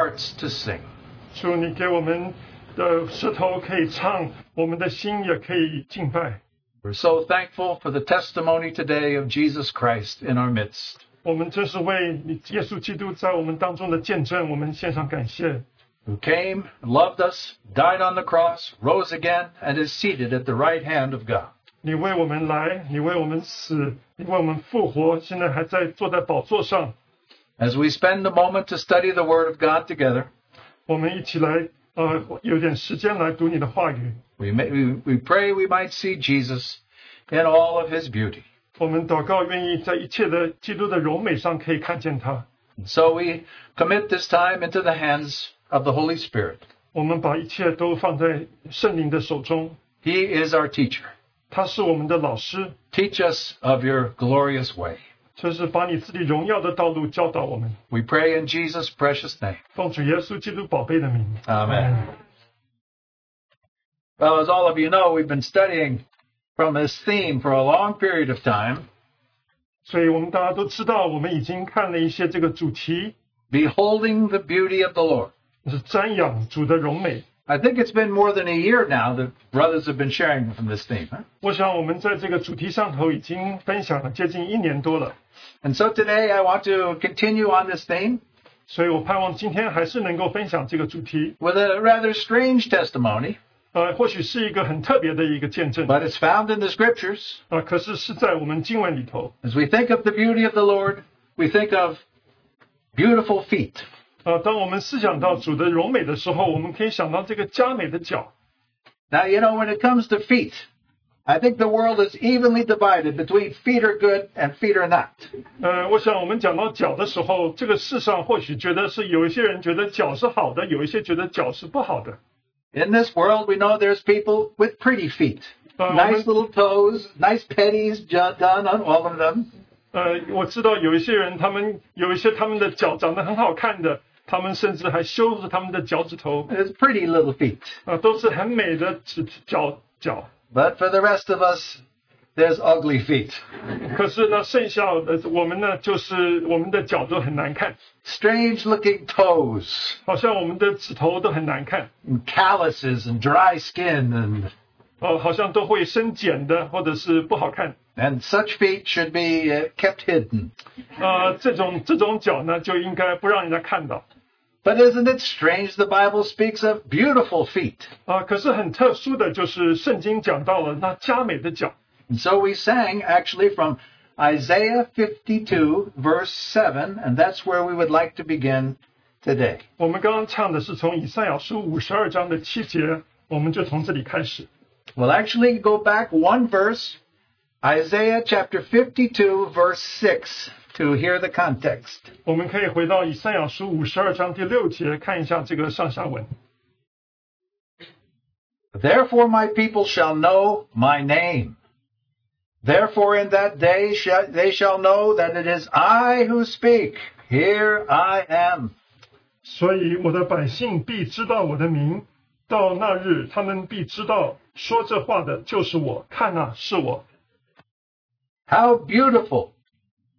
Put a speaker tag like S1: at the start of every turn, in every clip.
S1: hearts to sing.
S2: 主，你给我们的舌头可以唱，我们的心也可以敬拜。
S1: We're so thankful for the testimony today of Jesus Christ in our midst.
S2: 我们真是为你耶稣基督在我们当中的见证，我们献上感谢。
S1: who came, loved us, died on the cross, rose again, and is seated at the right hand of God.
S2: 你为我们来，你为我们死，你为我们复活，现在还在坐在宝座上。
S1: As we spend a moment to study the Word of God together,
S2: 我们一起来，呃，有点时间来读你的话语。
S1: we, may, we, we pray we might see Jesus in all of his beauty.
S2: 我们祷告，愿意在一切的基督的柔美上可以看见他。
S1: And so we commit this time into the hands of the Holy Spirit.
S2: 我们把一切都放在圣灵的手中，
S1: He is our teacher.
S2: 他是我们的老师，
S1: Teach us of your glorious way.
S2: 就是把你自己荣耀的道路教导我们。
S1: We pray in Jesus' precious name.
S2: 奉主耶稣基督宝贝的名，
S1: Amen. Well, as all of you know, we've been studying from this theme for a long period of time.
S2: 所以我们大家都知道，我们已经看了一些这个主题，
S1: beholding the beauty of the Lord.
S2: 是瞻仰主的荣美。
S1: I think it's been more than a year now that brothers have been sharing from this theme. huh?
S2: 我想我们在这个主题上头已经分享了接近一年多了，
S1: And so today I want to continue on this theme
S2: 所以我盼望今天还是能够分享这个主题。
S1: with a rather strange testimony,
S2: 呃，或许是一个很特别的一个见证啊、
S1: but it's found in the scriptures.
S2: 呃可是是在我们经文里头。
S1: As we think of the beauty of the Lord, we think of beautiful feet.
S2: 啊、当我们思想到主的柔美的时候，我们可以想到这个佳美的脚。
S1: Now, you know, when it comes to feet, I think the world is evenly divided between feet are good and feet are not.
S2: 呃，我想我们讲到脚的时候，这个世上或许觉得是有一些人觉得脚是好的，有一些觉得脚是不好的。
S1: In this world, we know there's people with pretty feet,
S2: Uh,
S1: nice
S2: with-
S1: little toes, nice petties ju- done on all of them.
S2: 呃，我知道有一些人，他们有一些他们的脚长得很好看的，他们甚至还修着他们的脚趾头，
S1: It's pretty little feet.
S2: 啊、都是很美的指脚脚。
S1: But for the rest of us, there's ugly feet.
S2: 可是呢，剩下的我们呢，就是我们的脚都很难看，
S1: Strange looking toes,
S2: 好像我们的指头都很难看，
S1: and calluses, and dry skin, and,
S2: 呃，好像都会生茧的，或者是不好看。
S1: and such feet should be uh, kept hidden.
S2: 呃，这种这种脚呢，就应该不让人家看到。
S1: But isn't it strange the Bible speaks of beautiful feet?
S2: 啊、可是很特殊的就是圣经讲到了那佳美的脚，
S1: And so we sang actually from Isaiah 52, verse 7, and that's where we would like to begin today.
S2: 我们刚刚唱的是从以赛亚书五十二章的七节，我们就从这里开始。
S1: We'll actually go back one verse, Isaiah chapter 52, verse 6, to hear the context.
S2: 我们可以回到以赛亚书五十二章第六节，看一下这个上下文。
S1: Therefore, my people shall know my name. Therefore, in that day shall, they shall know that it is I who speak. Here I am.
S2: 所以我的百姓必知道我的名，到那日他们必知道，说这话的就是我。看呐、是我。
S1: How beautiful!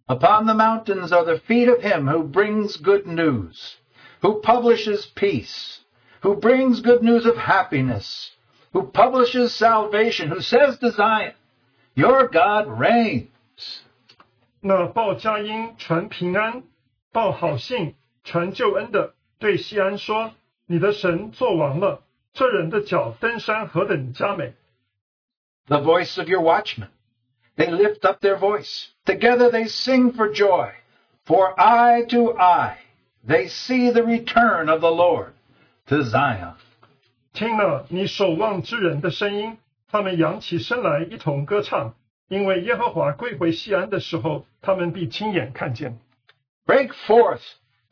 S1: Upon the mountains are the feet of him who brings good news, who publishes peace, who brings good news of happiness, who publishes salvation, who says to Zion, Your God reigns.
S2: 那报佳音传平安，报好信传救恩的，对西安说：“你的神做王了。”这人的脚登山何等佳美！
S1: The voice of your watchmen. They lift up their voice. Together they sing for joy. For eye to eye, they see the return of the Lord to Zion.
S2: 听了你守望之人的声音，他们扬起身来一同歌唱，因为耶和华归回西安的时候，他们必亲眼看见。
S1: Break forth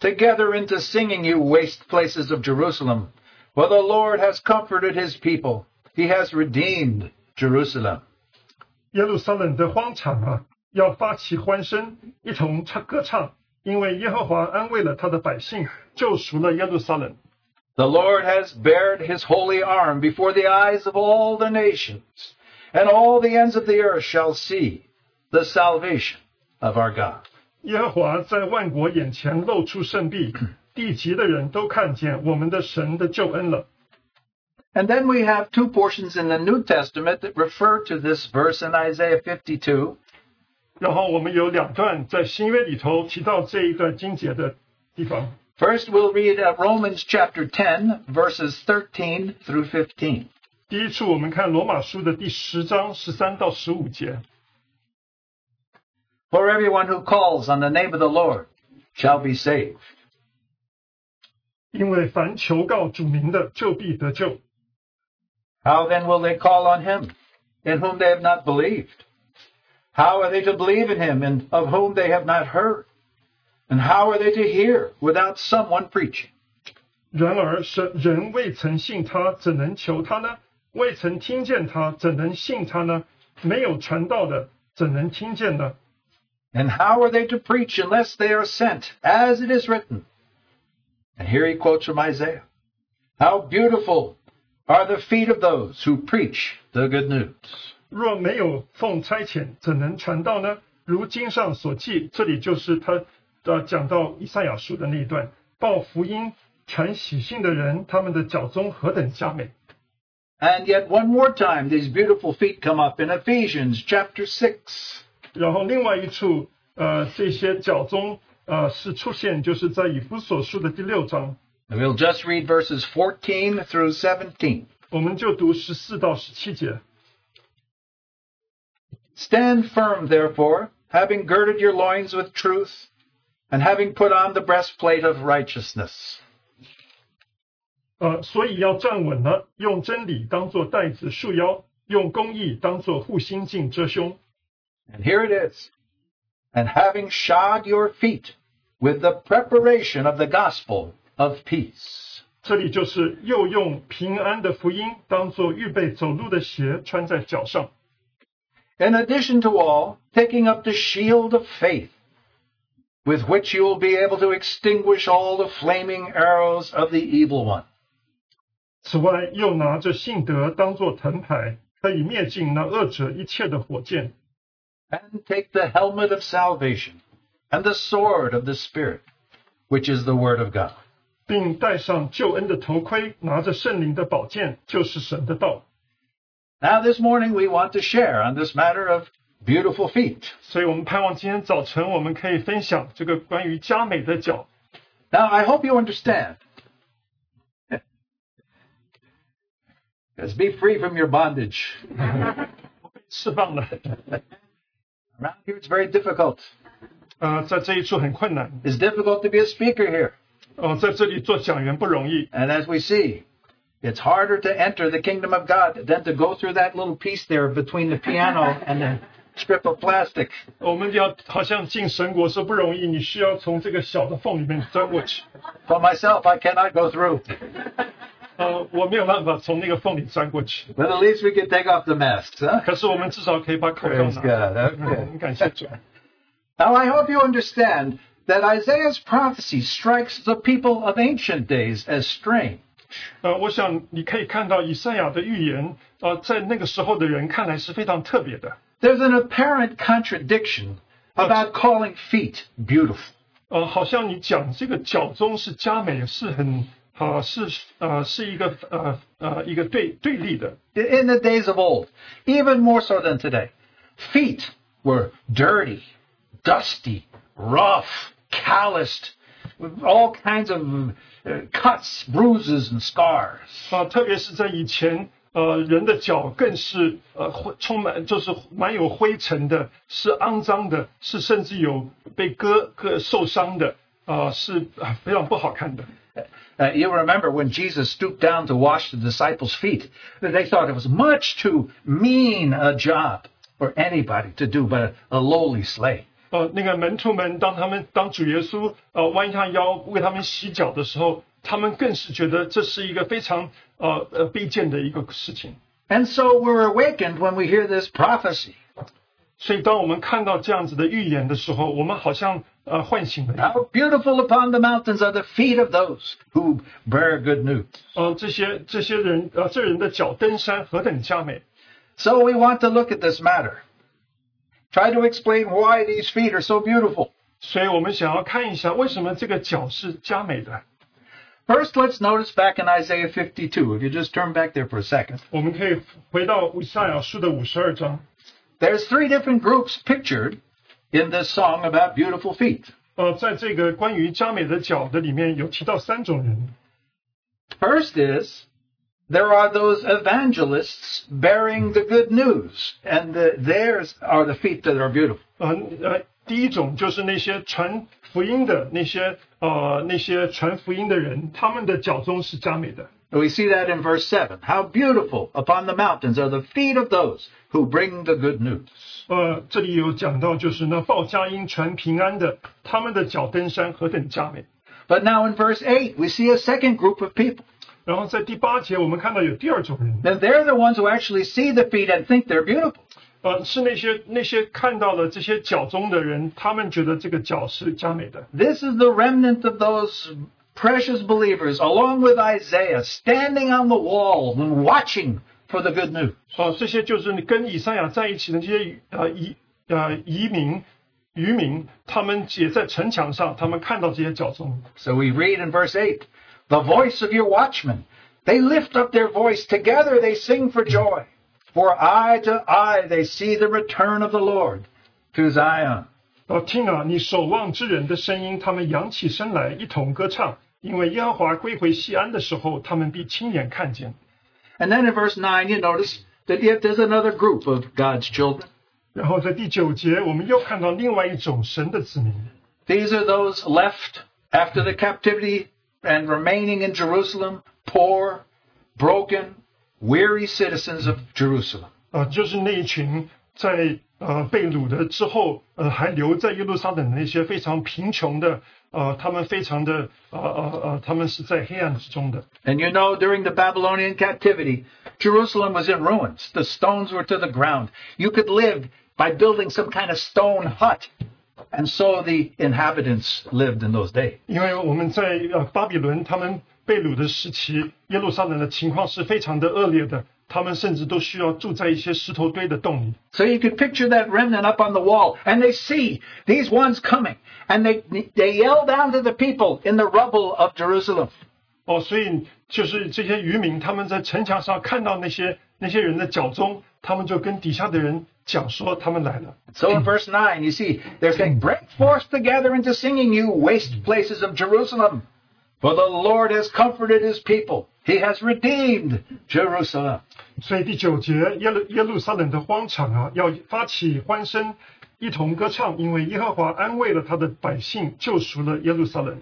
S1: together into singing, you waste places of Jerusalem. For the Lord has comforted his people. He has redeemed Jerusalem.
S2: 耶路撒冷的荒场啊，要发起欢声，一同唱歌唱，因为耶和华安慰了他的百姓，救赎了耶路撒冷。
S1: The Lord has bared his holy arm before the eyes of all the nations, and all the ends of the earth shall see the salvation of our God.
S2: 耶和华在万国眼前露出圣臂，地极的人都看见我们的神的救恩了。
S1: And then we have two portions in the New Testament that refer to this verse in Isaiah 52.
S2: 然后我们有两段在新约里头提到这一段经节的地方。
S1: First, we'll read uh, Romans chapter 10, verses 13 through 15.
S2: 第一处，我们看罗马书的第十章十三到十五节。
S1: For everyone who calls on the name of the Lord shall be saved.
S2: 因为凡求告主名的，就必得救。
S1: How then will they call on him in whom they have not believed? How are they to believe in him and of whom they have not heard? And how are they to hear without someone preaching?
S2: 然而神人未曾信他，怎能求他呢？未曾听见他，怎能信他呢？没有传道的，怎能听见呢？
S1: And how are they to preach unless they are sent, as it is written? And here he quotes from Isaiah How beautiful are the feet of those who preach the good news.
S2: 若没有奉差遣，怎能传道呢？如经上所记，这里就是他呃讲到以赛亚书的那一段，报福音、传喜信的人，他们的脚踪何等佳美！
S1: And yet, one more time, these beautiful feet come up in Ephesians chapter 6.
S2: 然后另外一处，呃，这些脚踪呃是出现就是在以弗所书的第六章，
S1: And we'll just read verses 14 through 17.
S2: 我们就读十四到十七节。
S1: Stand firm, therefore, having girded your loins with truth, and having put on the breastplate of righteousness.
S2: 呃，所以要站稳了，用真理当做带子束腰，用公义当做护心镜遮胸。
S1: And here it is. And having shod your feet with the preparation of the gospel of peace.
S2: 这里就是又用平安的福音当做预备走路的鞋穿在脚上。
S1: In addition to all, taking up the shield of faith, with which you will be able to extinguish all the flaming arrows of the evil one.
S2: 此外，又拿着信德当做藤牌，可以灭尽那恶者一切的火箭。
S1: And take the helmet of salvation and the sword of the Spirit, which is the Word of God.
S2: 并戴上救恩的头盔，拿着圣灵的宝剑，就是神的道。
S1: Now, this morning we want to share on this matter of beautiful feet.
S2: 所以，我们盼望今天早晨我们可以分享这个关于佳美的脚。
S1: Now, I hope you understand. Because be free from your bondage.
S2: 释放了，
S1: Around here, it's very difficult.
S2: 呃，在这一处很困难，
S1: It's difficult to be a speaker here.
S2: 呃，在这里做讲员不容易，
S1: And as we see, it's harder to enter the kingdom of God than to go through that little piece there between the piano and the strip of plastic.
S2: 我们要好像进神国是不容易，你需要从这个小的缝里面钻过去，
S1: For myself, I cannot go through.
S2: 呃，我没有办法从那个缝里钻过去，
S1: But at least we can take off the masks, huh?
S2: 可是我们至少可以把口罩
S1: Praise
S2: 拿掉。
S1: God.
S2: 我
S1: Okay.
S2: 们感谢主。
S1: Now, I hope you understand that Isaiah's prophecy strikes the people of ancient days as strange.
S2: 呃，我想你可以看到以赛亚的预言，呃，在那个时候的人看来是非常特别的。
S1: There's an apparent contradiction about calling feet beautiful.
S2: 呃，好像你讲这个脚中是佳美，是很啊、是呃是一个呃呃一个对对立的。
S1: In the days of old, even more so than today, feet were dirty, dusty, rough, calloused, with all kinds of uh, cuts, bruises, and scars.
S2: 啊，特别是在以前，呃，人的脚更是呃灰充满就是满有灰尘的，是肮脏的，是甚至有被割割受伤的，啊、是啊非常不好看的。
S1: Uh, you remember when Jesus stooped down to wash the disciples' feet, that they thought it was much too mean a job for anybody to do but a, a lowly slave.
S2: 呃，那个门徒们，当他们当主耶稣呃弯下腰为他们洗脚的时候，他们更是觉得这是一个非常呃呃卑贱的一个事情。
S1: And so we're awakened when we hear this prophecy.
S2: 所以，当我们看到这样子的预言的时候，我们好像呃唤醒了一样，
S1: How beautiful upon the mountains are the feet of those who bear good news.
S2: 呃，这些这些人呃这人的脚登山何等佳美。
S1: So we want to look at this matter. Try to explain why these feet are so beautiful.
S2: 所以我们想要看一下，为什么这个脚是佳美的？
S1: First, let's notice back in Isaiah 52, if you just turn back there for a second.
S2: 我们可以回到以赛亚书的五十二章。
S1: There's three different groups pictured in this song about beautiful feet.
S2: 呃，在这个关于佳美的脚的里面有提到三种人。
S1: First is there are those evangelists bearing the good news, and the, theirs are the feet that are beautiful.
S2: 呃呃，第一种就是那些传福音的那些呃那些传福音的人，他们的脚中是佳美的。
S1: We see that in verse 7. How beautiful upon the mountains are the feet of those who bring the good news.
S2: 呃，这里有讲到就是那报佳音传平安的，他们的脚登山何等佳美。
S1: But now in verse 8, we see a second group of people.
S2: 然后在第八节我们看到有第二种人，
S1: Then they're the ones who actually see the feet and think they're beautiful.
S2: 呃，是那些那些看到了这些脚中的人，他们觉得这个脚是佳美的。
S1: This is the remnant of those precious believers, along with Isaiah, standing on the wall and watching for the good news.
S2: 呃，这些就是你跟以赛亚在一起的这些呃移呃移民渔民，他们也在城墙上，他们看到这些脚踪。
S1: So we read in verse 8 the voice of your watchmen. They lift up their voice. Together they sing for joy. For eye to eye they see the return of the Lord to Zion.
S2: 呃，听啊，你守望之人的声音，他们扬起身来，一同歌唱，因为耶和华归回西安的时候，他们必亲眼看见。
S1: And then in verse 9, you notice that yet there's another group of God's children.
S2: 然后在第九节，我们又看到另外一种神的子民，
S1: These are those left after the captivity and remaining in Jerusalem, poor, broken, weary citizens of Jerusalem.
S2: 呃，就是那一群在呃被掳的之后，呃还留在耶路撒冷的那些非常贫穷的，呃，他们非常的呃呃呃，他们是在黑暗之中的。
S1: And you know, during the Babylonian captivity, Jerusalem was in ruins. The stones were to the ground. You could live by building some kind of stone hut. And so the inhabitants lived in those days.
S2: 因为我们在呃巴比伦他们被掳的时期，耶路撒冷的情况是非常的恶劣的，他们甚至都需要住在一些石头堆的洞里。
S1: So you could picture that remnant up on the wall, and they see these ones coming, and they, they yell down to the people in the rubble of Jerusalem.
S2: 哦，所以就是这些渔民他们在城墙上看到那些那些人的脚踪，他们就跟底下的人讲说他们来了。
S1: So in verse 9, you see, they're saying, Break forth together into singing, you waste places of Jerusalem. For the Lord has comforted his people. He has redeemed Jerusalem.
S2: 所以第九节，耶路耶路撒冷的荒场啊，要发起欢声，一同歌唱，因为耶和华安慰了他的百姓，救赎了耶路撒冷。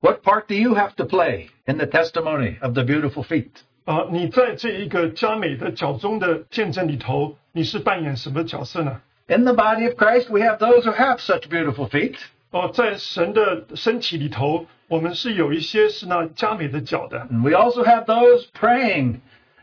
S1: What part do you have to play in the testimony of the beautiful feet?
S2: 啊，你在这一个佳美的脚中的见证里头，你是扮演什么角色呢？
S1: In the body of Christ, we have those who have such beautiful feet.
S2: 哦，在神的身体里头，我们是有一些是那佳美的脚的，
S1: And we also have those praying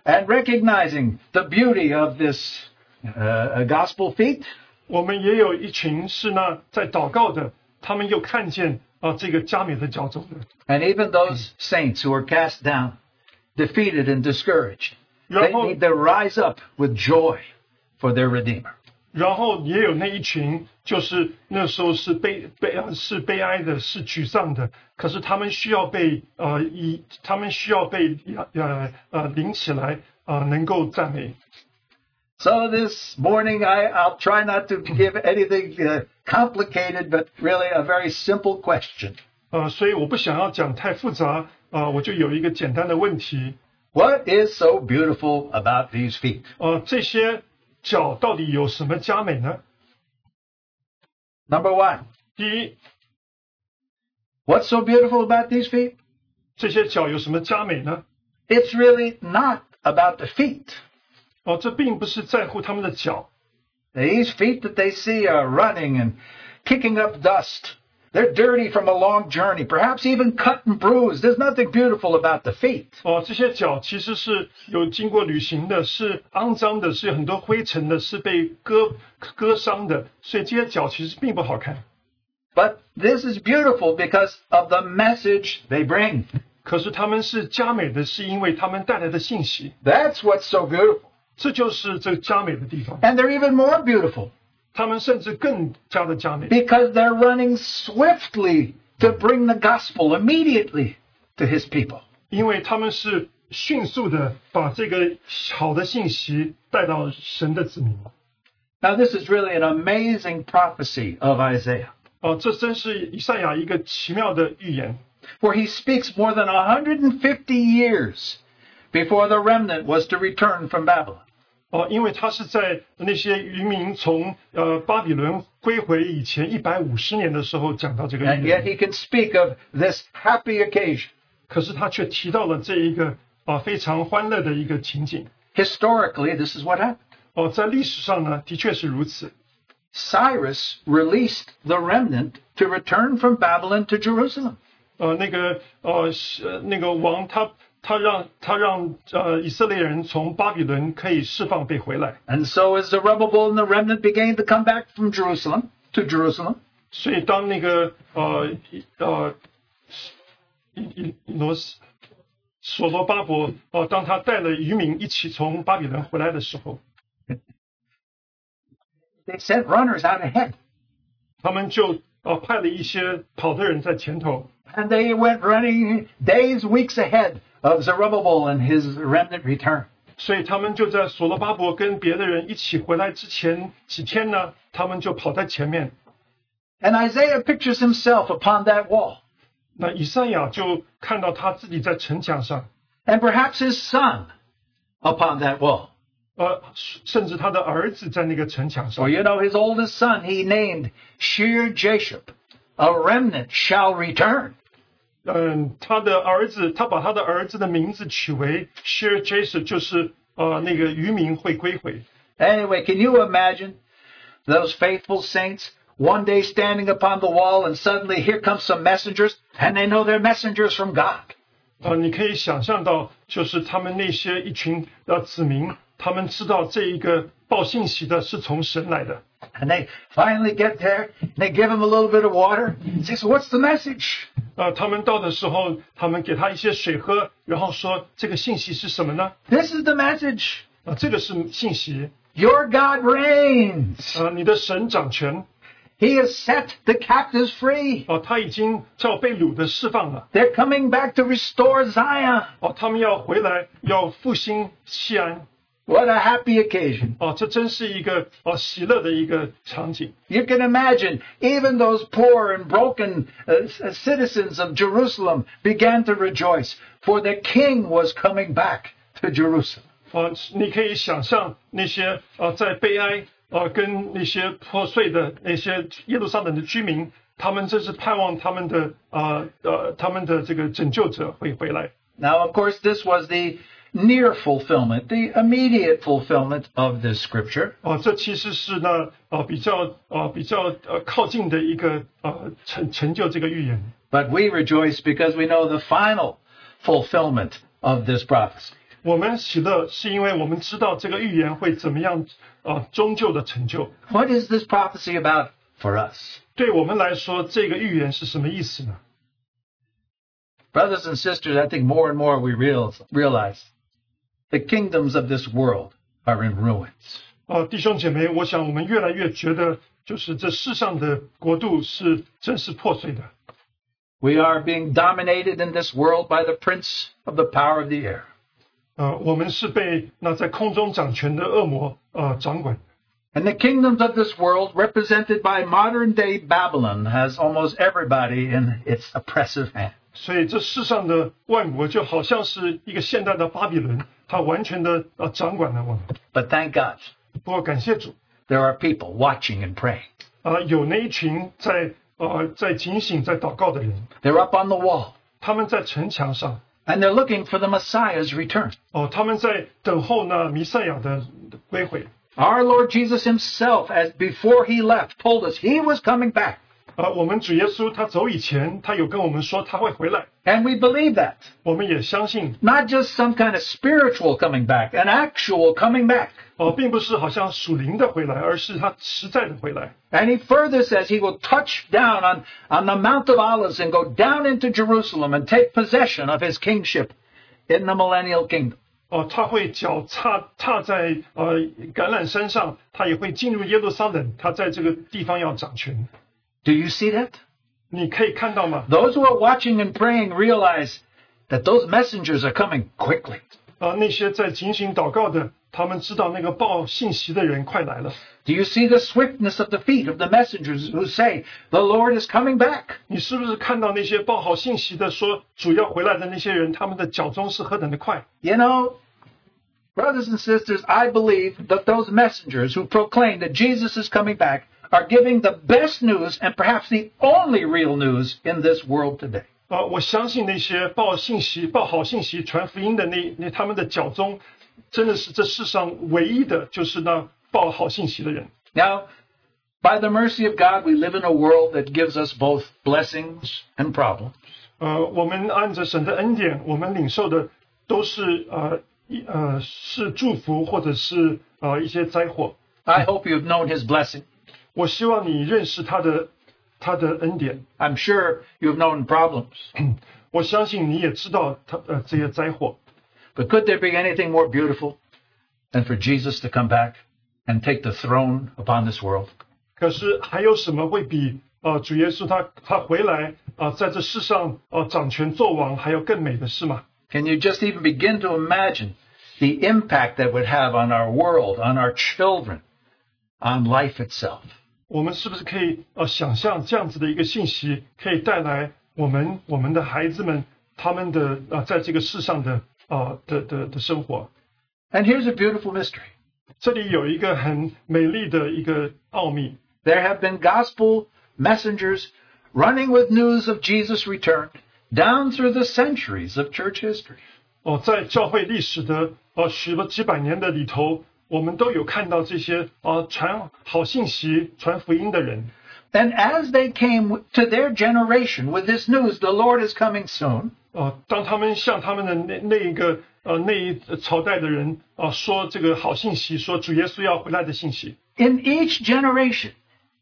S1: and recognizing the beauty of this uh, gospel feet.
S2: 我们也有一群是那在祷告的，他们又看见啊这个佳美的脚中的。
S1: And even those saints who are cast down, defeated, and discouraged, they
S2: 然后
S1: need to rise up with joy for their Redeemer.
S2: 然后也有那一群，就是那时候是悲悲呃是悲哀的，是沮丧的，可是他们需要被呃以他们需要被呃呃领起来啊、呃能够赞美。
S1: So this morning, I, I'll try not to give anything uh, complicated, but really a very simple question.
S2: 呃，所以我不想要讲太复杂啊、呃我就有一个简单的问题，
S1: What is so beautiful about these feet?
S2: 呃，这些脚到底有什么佳美呢？
S1: Number one,
S2: 第一，
S1: what's so beautiful about these feet?
S2: 这些脚有什么佳美呢？
S1: It's really not about the feet.
S2: 哦、这并不是在乎他们的脚，
S1: These feet that they see are running and kicking up dust. They're dirty from a long journey, perhaps even cut and bruised. There's nothing beautiful about the feet.
S2: 哦，这些脚其实是有经过旅行的，是肮脏的，是有很多灰尘的，是被割割伤的，所以这些脚其实并不好看。
S1: But this is beautiful because of the message they bring.
S2: 可是他们是佳美的，是因为他们带来的信息，
S1: That's what's so beautiful.
S2: 这就是这个佳美的地方。
S1: And they're even more beautiful
S2: 他们甚至更加的佳美，
S1: because they're running swiftly to bring the gospel immediately. to his people.
S2: 因为他们是迅速的把这个好的信息带到神的子民。
S1: Now, this is really an amazing prophecy of Isaiah,
S2: 啊，这真是以赛亚一个奇妙的预言。
S1: where he speaks more than 150 years before the remnant was to return from Babylon.
S2: 哦，因为他是在那些渔民从呃巴比伦归回以前一百五十年的时候讲到这个
S1: And
S2: 预
S1: yet
S2: 言，
S1: he can speak of this happy occasion,
S2: 可是他却提到了这一个啊、非常欢乐的一个情景。
S1: Historically, this is what happened.
S2: 哦，在历史上呢，的确是如此。
S1: Cyrus released the remnant to return from Babylon to Jerusalem.
S2: 呃，那个呃是呃那个王他他让他让呃以色列人从巴比伦可以释放被回来，
S1: And so, as Zerubbabel and the remnant began to come back from Jerusalem to Jerusalem,
S2: 所以当那个呃以呃以以以罗斯所罗巴伯哦、呃，当他带了渔民一起从巴比伦回来的时候，
S1: they sent runners out ahead.
S2: 他们就呃派了一些跑的人在前头，
S1: And they went running days, weeks ahead of Zerubbabel and his remnant return.
S2: 所以他们就在所罗巴伯跟别的人一起回来之前几天呢，他们就跑在前面。
S1: And Isaiah pictures himself upon that wall.
S2: 那以赛亚就看到他自己在城墙上，
S1: and perhaps his son upon that wall.
S2: 呃，甚至他的儿子在那个城墙
S1: For
S2: 上。
S1: you know, his oldest son he named Sheer Jashub. A remnant shall return.
S2: 嗯，他的儿子，他把他的儿子的名字取为 Sheer Jason，就是呃那个渔民会归回。
S1: Anyway, can you imagine those faithful saints one day standing upon the wall and suddenly here come some messengers and they know they're messengers from God.
S2: 呃，你可以想象到，就是他们那些一群呃子民，他们知道这一个报信息的是从神来的，
S1: And they finally get there and they give him a little bit of water. He says, What's the message?
S2: 呃，他们到的时候，他们给他一些水喝，然后说这个信息是什么呢？
S1: This is the message.
S2: 啊、这个是信息，
S1: Your God reigns.
S2: 啊，你的神掌权，
S1: He has set the captives free.
S2: 哦，他已经叫被掳的释放了，
S1: They're coming back to restore Zion.
S2: 哦，他们要回来，要复兴西安，
S1: What a happy occasion.
S2: 哦，这真是一个哦喜乐的一个场景。
S1: You can imagine, even those poor and broken uh, c- citizens of Jerusalem began to rejoice, for the king was coming back to Jerusalem.
S2: 哦，你可以想象那些呃在悲哀呃跟那些破碎的那些耶路撒冷的居民，他们真是盼望他们的呃呃他们的这个拯救者会回来。
S1: Now, of course, this was the near fulfillment, the immediate fulfillment of this scripture.
S2: 哦，这其实是呢呃比较呃比较呃靠近的一个呃成成就这个预言。
S1: But we rejoice because we know the final fulfillment of this prophecy.
S2: 我们喜乐是因为我们知道这个预言会怎么样呃终究的成就。
S1: What is this prophecy about for us?
S2: 对我们来说，这个预言是什么意思呢？
S1: Brothers and sisters, I think more and more we real, realize the kingdoms of this world are in ruins.
S2: 啊，弟兄姐妹，我想我们越来越觉得，就是这世上的国度是真是破碎的。
S1: We are being dominated in this world by the prince of the power of the air.
S2: 呃，我们是被那在空中掌权的恶魔呃掌管。
S1: And the kingdoms of this world, represented by modern day Babylon, has almost everybody in its oppressive hand.
S2: 所以这世上的万国就好像是一个现代的巴比伦，它完全的呃掌管了我们。
S1: But thank God,
S2: 不过感谢主，
S1: there are people watching and praying.
S2: 啊，有那一群在呃在警醒、在祷告的人，
S1: They're up on the wall,
S2: 他们在城墙上，
S1: and they're looking for the Messiah's return.
S2: 哦、他们在等候呢弥赛亚的归回。
S1: Our Lord Jesus himself, as before he left, told us he was coming back.
S2: 啊，我们主耶稣他走以前，他有跟我们说他会回来，
S1: And we believe that.
S2: 我们也相信
S1: Not just some kind of spiritual coming back, an actual coming back.
S2: 哦、并不是好像属灵的回来，而是他实在的回来。
S1: And he further says he will touch down on, on the Mount of Olives and go down into Jerusalem and take possession of his kingship in the millennial kingdom.
S2: 哦、他会脚踏踏在呃橄榄山上，他也会进入耶路撒冷，他在这个地方要掌权。
S1: Do you see that?
S2: 你可以看到吗？
S1: Those who are watching and praying realize that those messengers are coming quickly.
S2: 啊、那些在警醒祷告的，他们知道那个报信息的人快来了。
S1: Do you see the swiftness of the feet of the messengers who say, The Lord is coming back?
S2: 你是不是看到那些报好信息的说主要回来的那些人，他们的脚踪是何等的快？
S1: You know, brothers and sisters, I believe that those messengers who proclaim that Jesus is coming back are giving the best news and perhaps the only real news in this world today.
S2: 啊、我相信那些报信息、报好信息、传福音的那那他们的脚踪，真的是这世上唯一的，就是那报好信息的人。
S1: Now, by the mercy of God, we live in a world that gives us both blessings and problems.
S2: 呃，我们按着神的恩典，我们领受的都是呃一呃是祝福或者是呃一些灾祸。
S1: I hope you've known his blessing.
S2: 我希望你认识他的他的恩典，
S1: I'm sure you've known problems.
S2: 我相信你也知道他呃这些灾祸。
S1: But could there be anything more beautiful than for Jesus to come back and take the throne upon this world?
S2: 可是还有什么会比呃主耶稣他他回来啊、呃在这世上呃掌权作王还有更美的事吗？
S1: Can you just even begin to imagine the impact that would have on our world, on our children, on life itself?
S2: 我们是不是可以呃想象这样子的一个信息可以带来我们我们的孩子们他们的呃在这个世上的呃的的的生活？
S1: And here's a beautiful mystery.
S2: 这里有一个很美丽的一个奥秘，
S1: There have been gospel messengers running with news of Jesus' return down through the centuries of church history.
S2: 哦，在教会历史的呃许了几百年的里头，我们都有看到这些呃传好信息、传福音的人。
S1: And as they came to their generation with this news, the Lord is coming soon,
S2: 呃，当他们向他们的那那一个呃那一朝代的人啊、呃、说这个好信息，说主耶稣要回来的信息
S1: in each generation,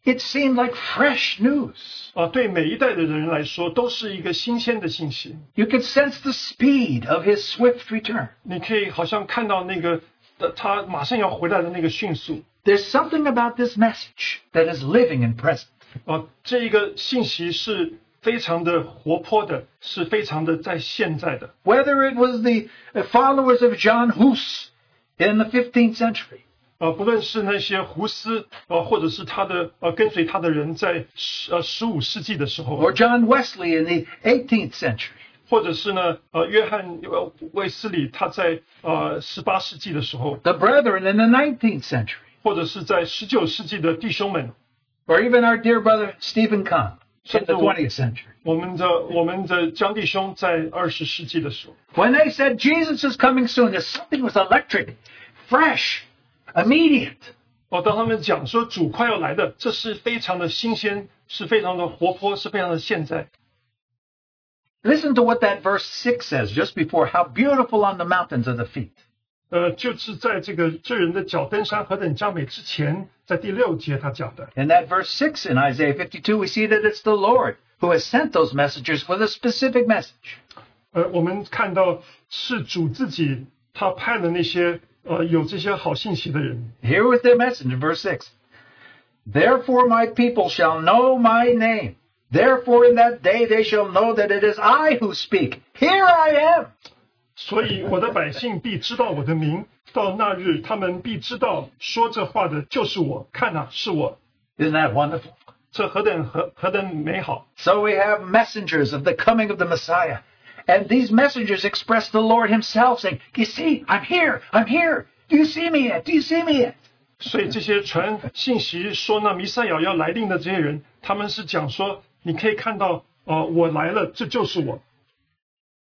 S1: it seemed like fresh news.
S2: 啊、呃对每一代的人来说都是一个新鲜的信息。
S1: You could sense the speed of his swift return.
S2: 你可以好像看到那个呃他马上要回来的那个迅速
S1: There's something about this message that is living and present.
S2: 啊、呃这一个信息是非常的活泼的，是非常的在现在的。
S1: Whether it was the followers of John Hus in the 15th century,
S2: 呃，不论是那些胡斯呃，或者是他的呃跟随他的人在十呃十五世纪的时候，
S1: or John Wesley in the 18th century,
S2: 或者是呢呃约翰呃卫斯理他在呃十八世纪的时候，
S1: the brethren in the 19th century,
S2: 或者是在十九世纪的弟兄们，
S1: or even our dear brother Stephen Kahn in the
S2: Something-
S1: 20th century.
S2: 我们的我们的江弟兄在二十世纪的时候，
S1: When they said Jesus is coming soon, there's something was electric, fresh, immediate.
S2: 哦、当他们讲说主快要来的，这是非常的新鲜，是非常的活泼，是非常的现在。
S1: Listen to what that verse 6 says just before how beautiful on the mountains are the feet.
S2: 呃，就是在这个这人的脚登山何等佳美之前，在第六节他讲的。
S1: In that verse 6 in Isaiah 52, we see that it's the Lord who has sent those messengers with a specific message.
S2: 呃，我们看到是主自己他派的那些呃有这些好信息的人，
S1: Here was their message in verse 6. Therefore my people shall know my name. Therefore in that day they shall know that it is I who speak. Here I am.
S2: 所以我的百姓必知道我的名。到那日，他们必知道说这话的就是我。看呐、是我，
S1: Isn't that wonderful?
S2: 这何等何何等美好！
S1: So we have messengers of the coming of the Messiah. And these messengers express the Lord himself saying, you see, I'm here. I'm here. Do you see me yet? Do you see me yet?
S2: 所以这些传信息说那弥赛亚要来临的这些人，他们是讲说，你可以看到，呃，我来了，这就是我。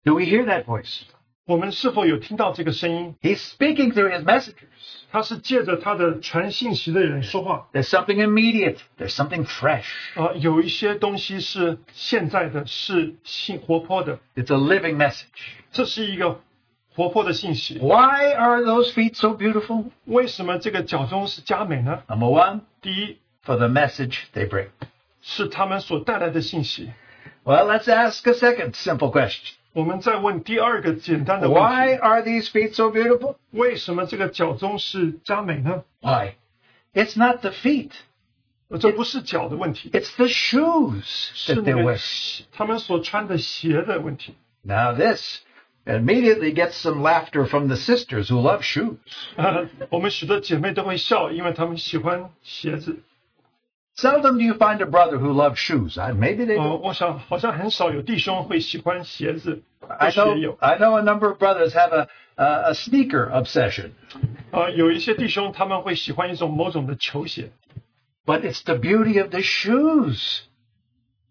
S1: Do we hear that voice?
S2: 我们是否有听到这个声音？
S1: He's speaking through his messengers.
S2: 他是借着他的传信息的人说话。
S1: There's something immediate. There's something fresh.
S2: 啊、有一些东西是现在的，是性活泼的，
S1: It's a living message.
S2: 这是一个活泼的信息。
S1: Why are those feet so beautiful?
S2: 为什么这个脚中是佳美呢？
S1: Number one,
S2: 第一
S1: for the message they bring.
S2: 是他们所带来的信息。
S1: Well, let's ask a second simple question.
S2: 我们再问第二个简单的问题
S1: Why are these feet so beautiful?
S2: 为什么这个脚中是佳美呢？
S1: Why? It's not the feet.
S2: 呃这不是脚的问题，
S1: It's the shoes
S2: 是
S1: that they
S2: 那个
S1: wear.
S2: 鞋他们所穿的鞋的问题。
S1: Now this and immediately gets some laughter from the sisters who love shoes.
S2: 啊，我们许多姐妹都会笑，因为她们喜欢鞋子。
S1: Seldom do you find a brother who loves shoes. I, maybe they
S2: 呃，
S1: do.
S2: 我想好像很少有弟兄会喜欢鞋子，
S1: I
S2: 但是也
S1: know,
S2: 有。
S1: I know a number of brothers have a, a, a sneaker obsession,
S2: 呃，有一些弟兄他们会喜欢一种某种的球鞋，
S1: but it's the beauty of the shoes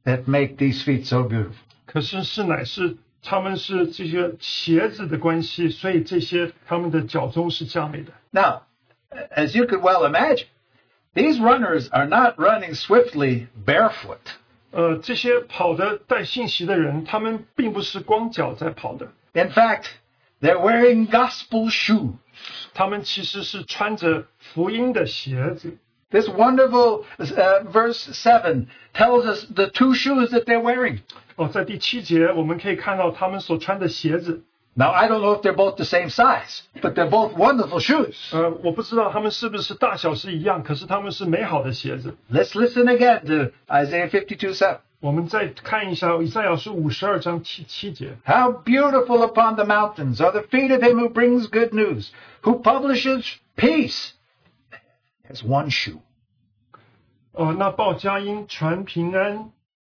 S1: that make these feet so beautiful.
S2: 可是是乃是他们是这些鞋子的关系，所以这些他们的脚中是加美的。
S1: Now, as you could well imagine, these runners are not running swiftly barefoot.
S2: 呃，这些跑的带信息的人，他们并不是光脚在跑的，
S1: In fact, they're wearing gospel shoes.
S2: 他们其实是穿着福音的鞋子。
S1: This wonderful uh, verse 7 tells us the two shoes that they're wearing.
S2: 哦，在第七节我们可以看到他们所穿的鞋子。
S1: Now, I don't know if they're both the same size, but they're both wonderful shoes.
S2: 呃，我不知道他们是不是大小是一样，可是他们是美好的鞋子。
S1: Let's listen again to Isaiah 52 7.
S2: 我们再看一下以赛亚书五十二章七七节，
S1: How beautiful upon the mountains are the feet of him who brings good news, who publishes peace. That's one shoe.
S2: 呃，那报佳音传平安，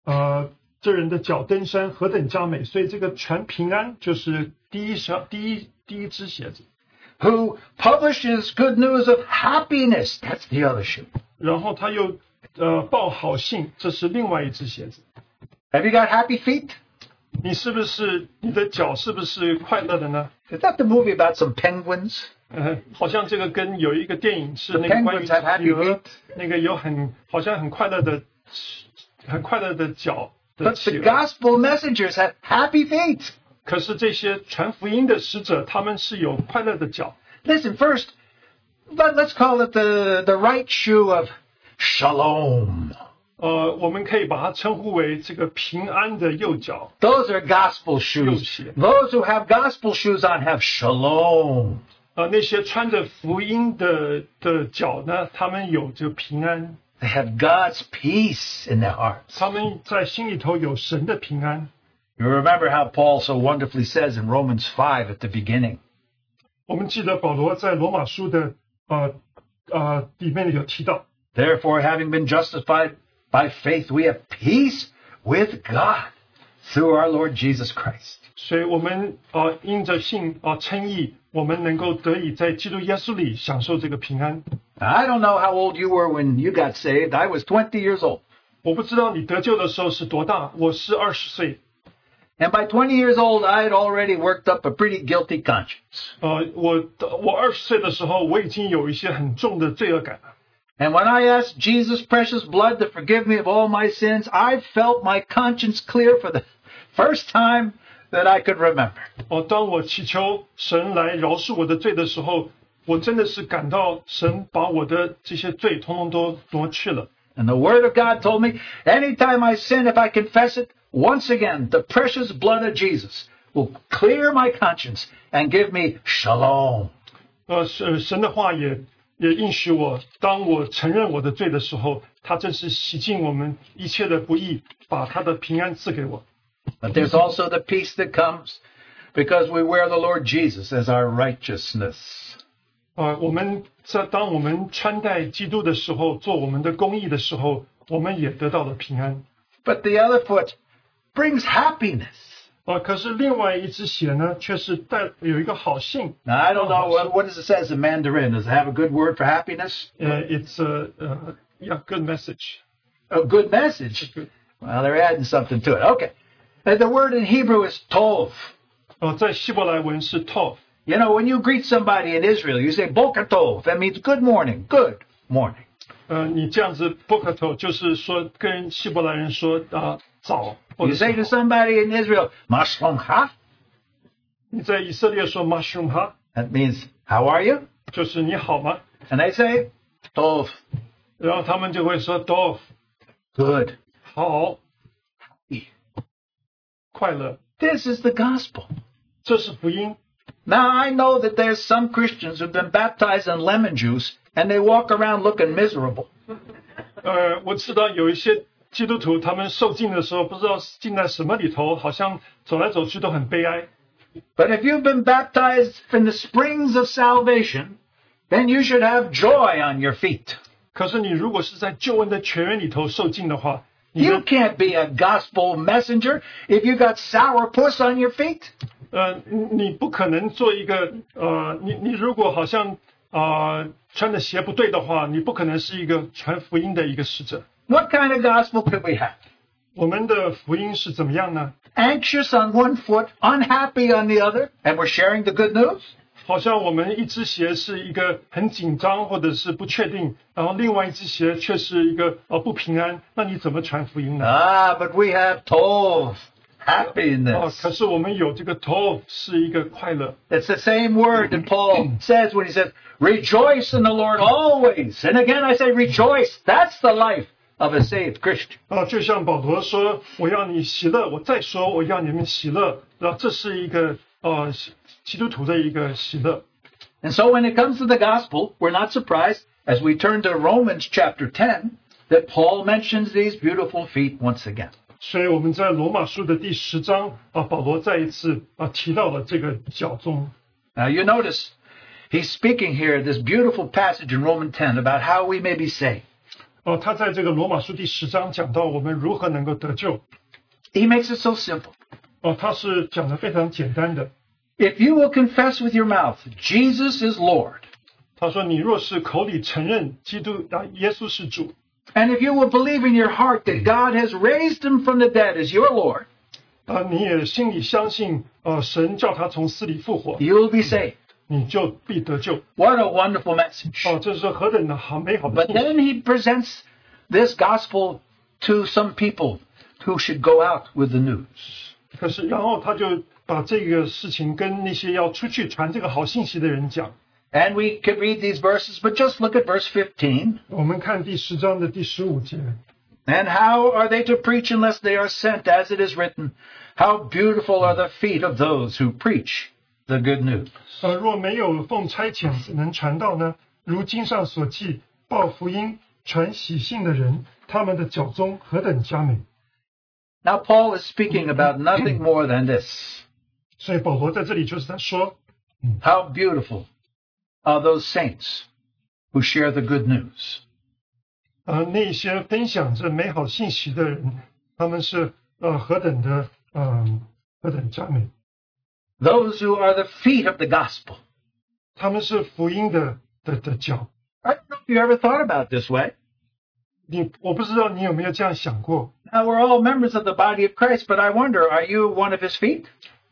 S2: 呃，这人的脚登山何等佳美，所以这个传平安就是第一双第一第一只鞋子，
S1: who publishes good news of happiness. That's the other shoe.
S2: 然后他又呃报好信，这是另外一只鞋子。
S1: Have you got happy feet?
S2: 你是不是你的脚是不是快乐的呢？
S1: Is that the movie about some penguins?
S2: 呃，好像这个跟有一个电影是那个关
S1: Penguins have
S2: 于
S1: happy
S2: 有个
S1: feet.
S2: 那个有很好像很快乐的很快乐的脚的
S1: But the
S2: 企鹅，
S1: gospel messengers have happy feet.
S2: 可是这些传福音的使者他们是有快乐的脚。
S1: Listen, first, let, let's call it the, the right shoe of shalom.
S2: 呃，我们可以把它称呼为这个平安的右脚，
S1: Those are gospel shoes.
S2: Shoes, yeah.
S1: Those who have gospel shoes on have shalom.
S2: 呃，那些穿着福音的的脚呢，他们有这个平安，
S1: They have God's peace in their hearts.
S2: 他们在心里头有神的平安。
S1: You remember how Paul so wonderfully says in Romans 5 at the beginning.
S2: 我们记得保罗在罗马书的呃呃里面有提到，
S1: Therefore, having been justified by faith, we have peace with God through our Lord Jesus Christ.
S2: 所以我们呃因着信啊、呃、称义，我们能够得以在基督耶稣里享受这个平安。
S1: Now, I don't know how old you were when you got saved. I was 20 years old.
S2: 我不知道你得救的时候是多大，我是二十岁，
S1: And by 20 years old, I had already worked up a pretty guilty conscience.
S2: 呃，我我二十岁的时候，我已经有一些很重的罪恶感了。
S1: And when I asked Jesus' precious blood to forgive me of all my sins, I felt my conscience clear for the first time that I could remember.
S2: 哦，当我祈求神来饶恕我的罪的时候，我真的是感到神把我的这些罪通通都挪去了。
S1: And the Word of God told me, anytime I sin, if I confess it, once again, the precious blood of Jesus will clear my conscience and give me shalom.
S2: 呃，神神的话也也应许我，当我承认我的罪的时候，他正是洗净我们一切的不义，把他的平安赐给我。
S1: But there's also the peace that comes because we wear the Lord Jesus as our righteousness.
S2: 呃，我们在当我们穿戴基督的时候，做我们的公义的时候，我们也得到了平安。
S1: But the other foot brings happiness.
S2: 啊、可是另外一只鞋呢，却是带有一个好信。
S1: Now, I don't know what, what does it says in Mandarin. Does it have a good word for happiness?
S2: 呃，it's a 呃，yeah good message。
S1: A good message. Well, they're adding something to it. Okay. And the word in Hebrew is tov.
S2: 呃，在希伯来文是 tov。
S1: You know, when you greet somebody in Israel, you say Boker Tov. That means good morning, good morning.
S2: 呃，你这样子 b o k a t o 就是说跟希伯来人说啊、早，或
S1: You
S2: 者
S1: say to
S2: 是
S1: somebody in Israel, Mashlomcha.
S2: 你在以色列说 mushroom 哈，
S1: That means how are you?
S2: 就是你好吗？
S1: And they say Tov,
S2: 然后他们就会说 dov
S1: good.
S2: 好，快乐，
S1: This is the gospel.
S2: 这是福音。
S1: Now I know that there's some Christians who've been baptized in lemon juice and they walk around looking miserable.
S2: 呃，我知道有一些基督徒他们受浸的时候，不知道是浸在什么里头，好像走来走去都很悲哀。
S1: But if you've been baptized in the springs of salvation, then you should have joy on your feet.
S2: 可是你如果是在救恩的泉源里头受浸的话，你
S1: You
S2: 的
S1: can't be a gospel messenger if you got sourpuss on your feet.
S2: 呃，你你不可能做一个呃，你你如果好像啊、呃穿的鞋不对的话，你不可能是一个传福音的一个使者。
S1: What kind of gospel could we have?
S2: 我们的福音是怎么样呢？
S1: Anxious on one foot, unhappy on the other, and we're sharing the good news?
S2: 好像我们一只鞋是一个很紧张或者是不确定，然后另外一只鞋却是一个呃不平安，那你怎么传福音呢？
S1: Ah, but we have tov,
S2: 哦，
S1: happiness.
S2: 可是我们有这个 t 是一个快乐，
S1: It's the same word that Paul says when he says, rejoice in the Lord always. And again, I say rejoice. That's the life of a saved Christian.
S2: 啊，就像保罗说：“我要你喜乐。”我再说：“我要你们喜乐。”然后这是一个呃喜基督徒的一个喜乐。
S1: And so when it comes to the gospel, we're not surprised as we turn to Romans chapter 10 that Paul mentions these beautiful feet once again.
S2: 所以我们在罗马书的第十章啊，保罗再一次啊提到了这个脚宗。
S1: Now you notice he's speaking here, this beautiful passage in Romans 10 about how we may be saved.
S2: 哦、他在这个罗马书第十章讲到我们如何能够得救。
S1: He makes it so simple.
S2: 哦、他是讲的非常简单的。
S1: If you will confess with your mouth, Jesus is Lord,
S2: 他说：“你若是口里承认基督啊，耶稣是主，
S1: and if you will believe in your heart that God has raised him from the dead as your Lord,
S2: 啊，你也心里相信，呃，神叫他从死里复活，
S1: you will be saved.
S2: 你就必得救。”
S1: What a wonderful message.
S2: 哦，这是何等的好美好的
S1: But
S2: 祝福！
S1: then he presents this gospel to some people who should go out with the news.
S2: 可是，然后他就把这个事情跟那些要出去传这个好信息的人讲。
S1: And we could read these verses, but just look at verse 15.
S2: 我们看第十章的第十五节，
S1: And how are they to preach unless they are sent, as it is written? How beautiful are the feet of those who preach the good news.
S2: 呃，若没有奉差遣只能传道呢，如经上所记，报福音、传喜信的人，他们的脚中何等佳美！
S1: Now, Paul is speaking about nothing more than this.
S2: 所以保罗在这里就是在说，
S1: How beautiful are those saints who share the good news.
S2: 呃，那些分享着美好信息的人，他们是呃何等的，嗯、何等佳美！
S1: Those who are the feet of the gospel.
S2: 他们是福音的的的脚。
S1: I don't know if you ever thought about it this way.
S2: 你我不知道你有没有这样想过，
S1: Now, we're all members of the body of Christ, but I wonder, are you one of his feet?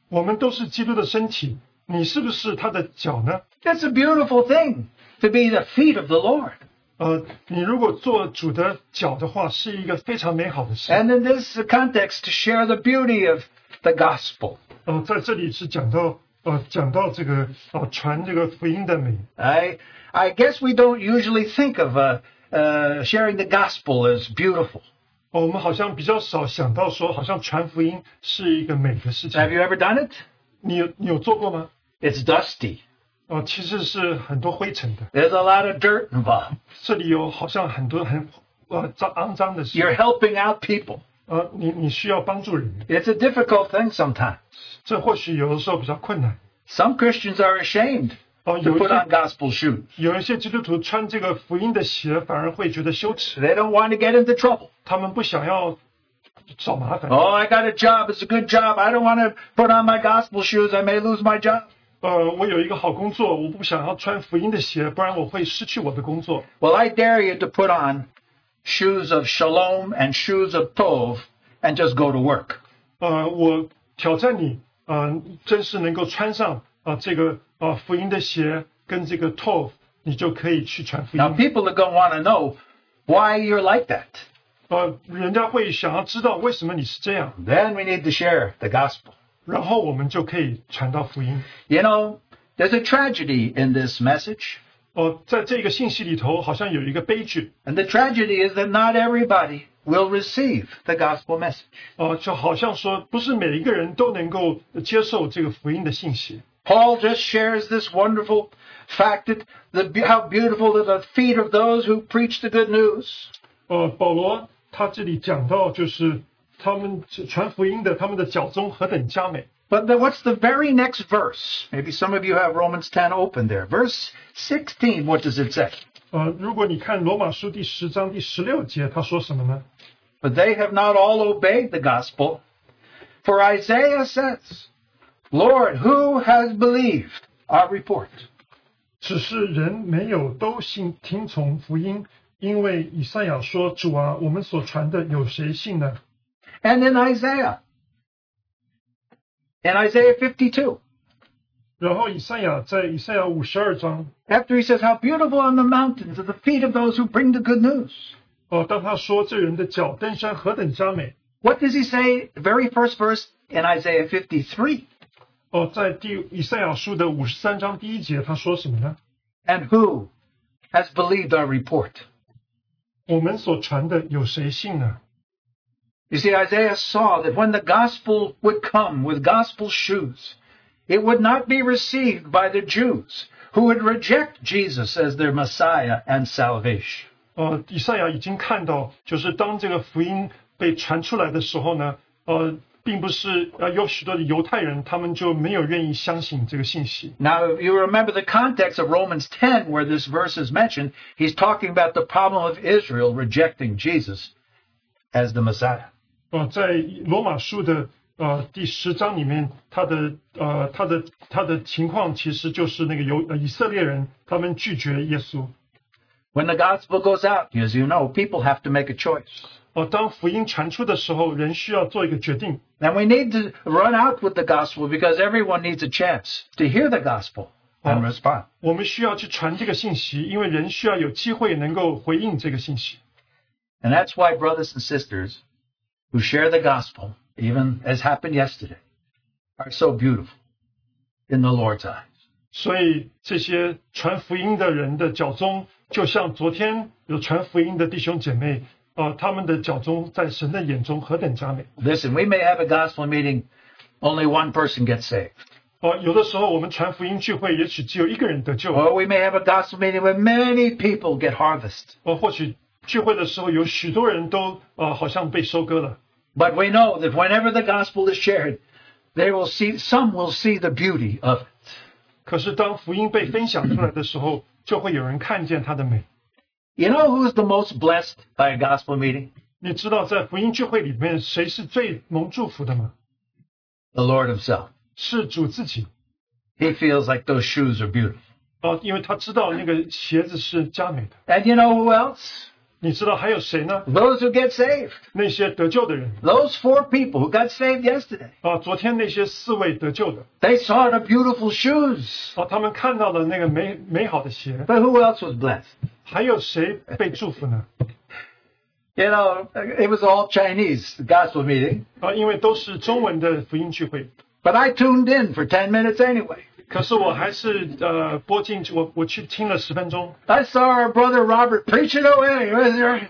S2: 我们都是基督的身体，你是不是他的脚呢？
S1: That's a beautiful thing to be the feet of the Lord.
S2: 呃，你如果做主的脚的话，是一个非常美好的事。
S1: And in this context, to share the beauty of the gospel.
S2: 呃，在这里是讲到呃讲到这个呃传这个福音的美。
S1: I, I guess we don't usually think of uh, uh, sharing the gospel as beautiful.
S2: 呃我们好像比较少想到说，好像传福音是一个美的事情
S1: Have。you ever done it?
S2: 你有你有做过吗？
S1: It's dusty.
S2: 呃，其实是很多灰尘的，
S1: There's a lot of dirt involved.
S2: 这里有好像很多很呃脏肮脏的事。
S1: You're helping out people.
S2: 呃，你你需要帮助人，
S1: It's a difficult thing sometimes.
S2: 这或许有的时候比较困难。
S1: Some Christians are ashamed
S2: 哦，
S1: to
S2: 有一
S1: put
S2: 些
S1: on gospel shoes.
S2: 有一些基督徒穿这个福音的鞋，反而会觉得羞耻，
S1: They don't want to get into trouble.
S2: 他们不想要找麻烦。
S1: Oh, I got a job. It's a good job. I don't want to put on my gospel shoes. I may lose my job.
S2: 呃，我有一个好工作，我不想要穿福音的鞋，不然我会失去我的工作。
S1: Well, I dare you to put on shoes of shalom and shoes of tov and just go to work.
S2: 呃，我挑战你，呃，真是能够穿上啊、呃这个啊福音的鞋跟这个 t o f 你就可以去传福
S1: Now,
S2: 音。
S1: people are going to want to know why you're like that.
S2: 呃，人家会想要知道为什么你是这样，
S1: Then we need to share the gospel.
S2: 然后我们就可以传到福音。
S1: You know, there's a tragedy in this message.
S2: 呃，在这个信息里头，好像有一个悲剧。
S1: And the tragedy is that not everybody will receive the gospel message.
S2: 呃，就好像说，不是每一个人都能够接受这个福音的信息。
S1: Paul just shares this wonderful fact that the, how beautiful are the feet of those who preach the good news.
S2: 呃，保罗他这里讲到，就是他们传福音的，他们的脚中何等佳美。
S1: But the, what's the very next verse? Maybe some of you have Romans 10 open there. Verse 16, what does it say?
S2: 呃，如果你看罗马书第十章第十六节，他说什么呢？
S1: But they have not all obeyed the gospel. For Isaiah says, Lord, who has believed our report?
S2: 只是人没有都信听从福音，因为以赛亚说：“主啊，我们所传的有谁信呢
S1: And in Isaiah, in Isaiah 52, ？”
S2: 然后以赛亚在以赛亚五十二章，
S1: after he says, How beautiful on the mountains are the feet of those who bring the good news.
S2: 哦，当他说这人的脚登山何等佳美，
S1: What does he say? The very first verse in Isaiah 53.
S2: 哦，在第以赛亚书的五十三章第一节，他说什么呢？
S1: And who has believed our report?
S2: 我们所传的有谁信呢？
S1: You see, Isaiah saw that when the gospel would come with gospel shoes, it would not be received by the Jews who would reject Jesus as their Messiah and salvation.
S2: 呃，以赛亚已经看到，就是当这个福音被传出来的时候呢，呃，并不是呃有许多的犹太人，他们就没有愿意相信这个信息。
S1: Now, if you remember the context of Romans 10, where this verse is mentioned, he's talking about the problem of Israel rejecting Jesus as the Messiah.
S2: 呃，在罗马书的呃第十章里面，他的呃他的他的情况其实就是那个犹、呃、以色列人他们拒绝耶稣。
S1: When the gospel goes out, as you know, people have to make a choice.
S2: 呃，当福音传出的时候，人需要做一个决定。
S1: And we need to run out with the gospel because everyone needs a chance to hear the gospel and
S2: Oh.
S1: respond.
S2: 我们需要去传这个信息，因为人需要有机会能够回应这个信息。
S1: And that's why brothers and sisters who share the gospel, even as happened yesterday, are so beautiful in the Lord's eyes.
S2: 所以这些传福音的人的脚中，就像昨天有传福音的弟兄姐妹，呃，他们的脚中在神的眼中何等佳美。
S1: Listen, we may have a gospel meeting, only one person gets saved.
S2: 呃，有的时候我们传福音聚会，也许只有一个人得救，
S1: Or we may have a gospel meeting where many people get harvest.
S2: 呃，或许聚会的时候有许多人都呃好像被收割了。
S1: But we know that whenever the gospel is shared, they will see, some will see the beauty of it.
S2: 可是当福音被分享出来的时候，就会有人看见它的美。
S1: You know who's the most blessed by a gospel meeting?
S2: 你知道在福音聚会里面谁是最蒙祝福的吗？
S1: The Lord Himself.
S2: 是主自己。
S1: He feels like those shoes are beautiful.
S2: 啊，因为他知道那个鞋子是佳美的。
S1: And you know who else?
S2: 你知道还有谁呢？
S1: Those who get saved.
S2: 那些得救的人
S1: Those four people who got saved yesterday.
S2: 啊，昨天那些四位得救的
S1: They saw the beautiful shoes.
S2: 啊，他们看到了那个美美好的鞋，
S1: But who else was blessed?
S2: 还有谁被祝福呢？
S1: You know, it was all Chinese, the gospel meeting.
S2: 啊，因为都是中文的福音聚会，
S1: But I tuned in for 10 minutes anyway.
S2: 可是我还是呃播进去，我我去听了十分钟，
S1: I saw our brother Robert preaching away. He was there,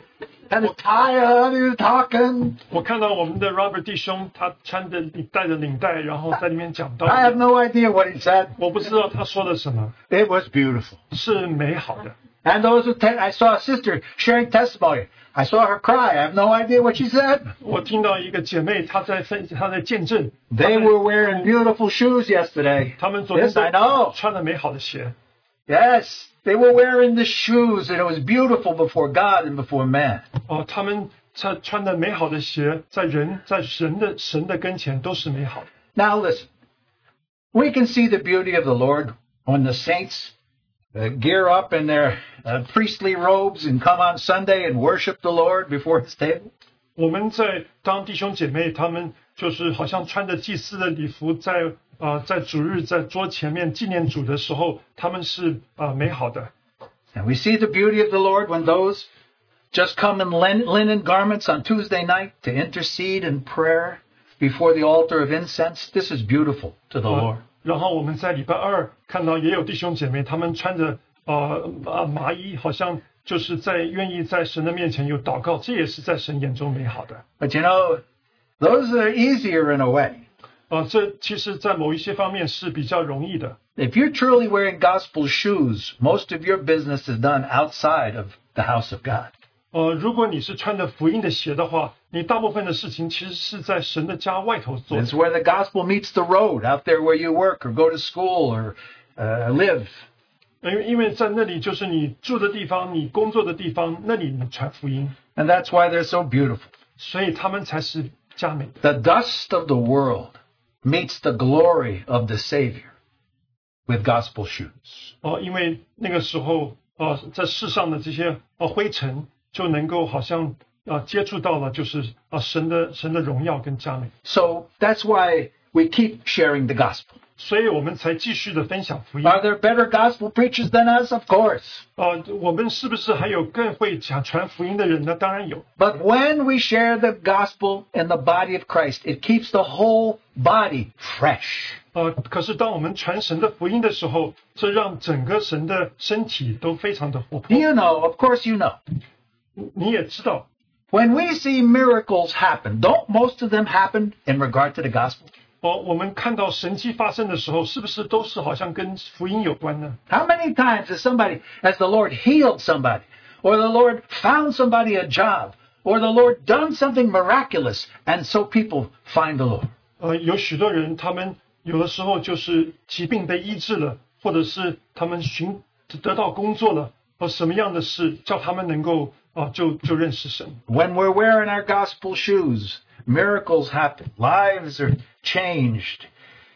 S1: had a tie on, he was talking.
S2: 我看到我们的 Robert 弟兄他穿着领带着领带，然后在里面讲道
S1: I have
S2: 理，
S1: no idea what he said.
S2: 我不知道他说的什么，
S1: It was beautiful.
S2: 是美好的。
S1: And those who, te- I saw a sister sharing testimony. I saw her cry. I have no idea what she said.
S2: 我听到一个姐妹她在分她在见证，
S1: They were wearing beautiful shoes yesterday.
S2: 他们昨天
S1: Yes, I
S2: 都
S1: know.
S2: 穿了美好的鞋，
S1: Yes, they were wearing the shoes, and it was beautiful before God and before man.
S2: 哦，他们穿穿的美好的鞋，在人在神的神的跟前都是美好的。
S1: Now listen, we can see the beauty of the Lord when the saints uh, gear up in their uh, priestly robes and come on Sunday and worship the Lord before His table.
S2: 我们在当弟兄姐妹，他们就是好像穿着祭司的礼服在，啊在主日在桌前面纪念主的时候，他们是啊、美好的。
S1: And we see the beauty of the Lord when those just come in lin- linen garments on Tuesday night to intercede in prayer before the altar of incense. This is beautiful to the Lord.
S2: 然后我们在礼拜二看到也有弟兄姐妹，他们穿着啊啊麻衣，好像就是在愿意在神的面前有祷告，这也是在神眼中美好的。
S1: But you know, those are easier in a way.
S2: 啊、这其实，在某一些方面是比较容易的。
S1: If you're truly wearing gospel shoes, most of your business is done outside of the house of God.
S2: 呃，如果你是穿着福音的鞋的话，你大部分的事情其实是在神的家外头做的
S1: It's where the gospel meets the road, out there where you work or go to school or uh, live.
S2: 呃因为因为在那里就是你住的地方，你工作的地方，那里你传福音，
S1: And that's why they're so beautiful.
S2: 所以他们才是佳美的。
S1: The dust of the world meets the glory of the Savior with gospel shoes.
S2: 哦、因为那个时候，呃，在世上的这些呃灰尘就能够好像呃接触到了，就是呃神的神的荣耀跟佳美，
S1: So that's why we keep sharing the gospel.
S2: 所以我们才继续的分享福音。
S1: Are there better gospel preachers than us? Of course.
S2: 呃，我们是不是还有更会讲传福音的人呢？当然有。
S1: But when we share the gospel in the body of Christ, it keeps the whole body fresh.
S2: 呃，可是当我们传神的福音的时候，这让整个神的身体都非常的活泼。
S1: You know, of course you know.
S2: 你也知道，
S1: When we see miracles happen, don't most of them happen in regard to the gospel?
S2: 哦，我们看到神迹发生的时候，是不是都是好像跟福音有关呢？
S1: How many times has somebody, has the Lord healed somebody, or the Lord found somebody a job, or the Lord done something miraculous, and so people find the Lord?
S2: 呃，有许多人，他们有的时候就是疾病被医治了，或者是他们寻得到工作了，呃，什么样的事叫他们能够啊、就就认识神？
S1: When we're wearing our gospel shoes, miracles happen, lives are changed,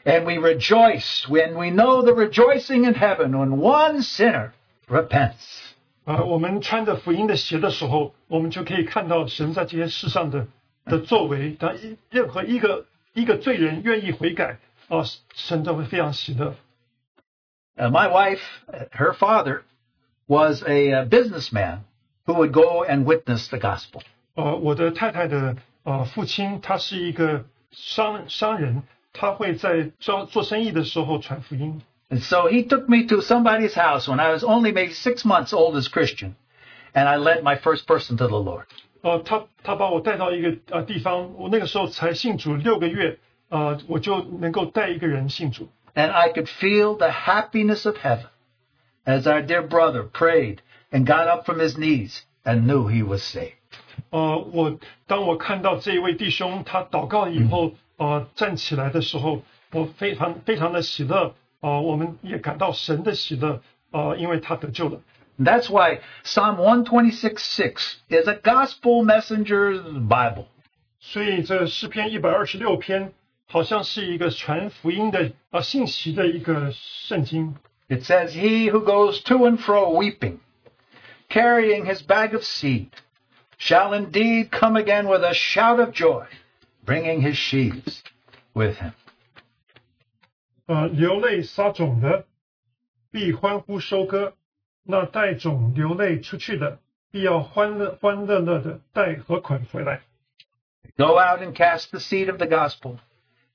S1: and we rejoice when we know the rejoicing in heaven when one sinner repents.
S2: 啊、我们穿着福音的鞋的时候，我们就可以看到神在这些世上的的作为。当一任何一个一个罪人愿意悔改，啊、神都会非常喜乐。
S1: Uh, my wife, uh, her father, was a uh, businessman who would go and witness the gospel.
S2: 呃，我的太太的呃父亲，他是一个商商人，他会在做做生意的时候传福音。
S1: And so he took me to somebody's house when I was only maybe six months old as Christian, and I led my first person to the Lord.
S2: 呃，他他把我带到一个呃地方，我那个时候才信主六个月，呃，我就能够带一个人信主。
S1: And I could feel the happiness of heaven as our dear brother prayed and got up from his knees and knew he was saved.
S2: 呃，我当我看到这一位弟兄他祷告以
S1: 嗯
S2: 后，呃，站起来的时候，我非常非常的喜乐。呃，我们也感到神的喜乐，呃，因为他得救了。
S1: And that's why Psalm 126.6 is a gospel messenger's Bible.
S2: 所以这诗篇一百二十六篇好像是一个传福音的啊、呃、信息的一个圣经。
S1: It says, He who goes to and fro weeping, carrying his bag of seed, shall indeed come again with a shout of joy, bringing his sheaves with him.
S2: 呃，流泪撒种的，必欢呼收割；那带种流泪出去的，必要欢乐欢乐乐的带和捆回来。
S1: Go out and cast the seed of the gospel.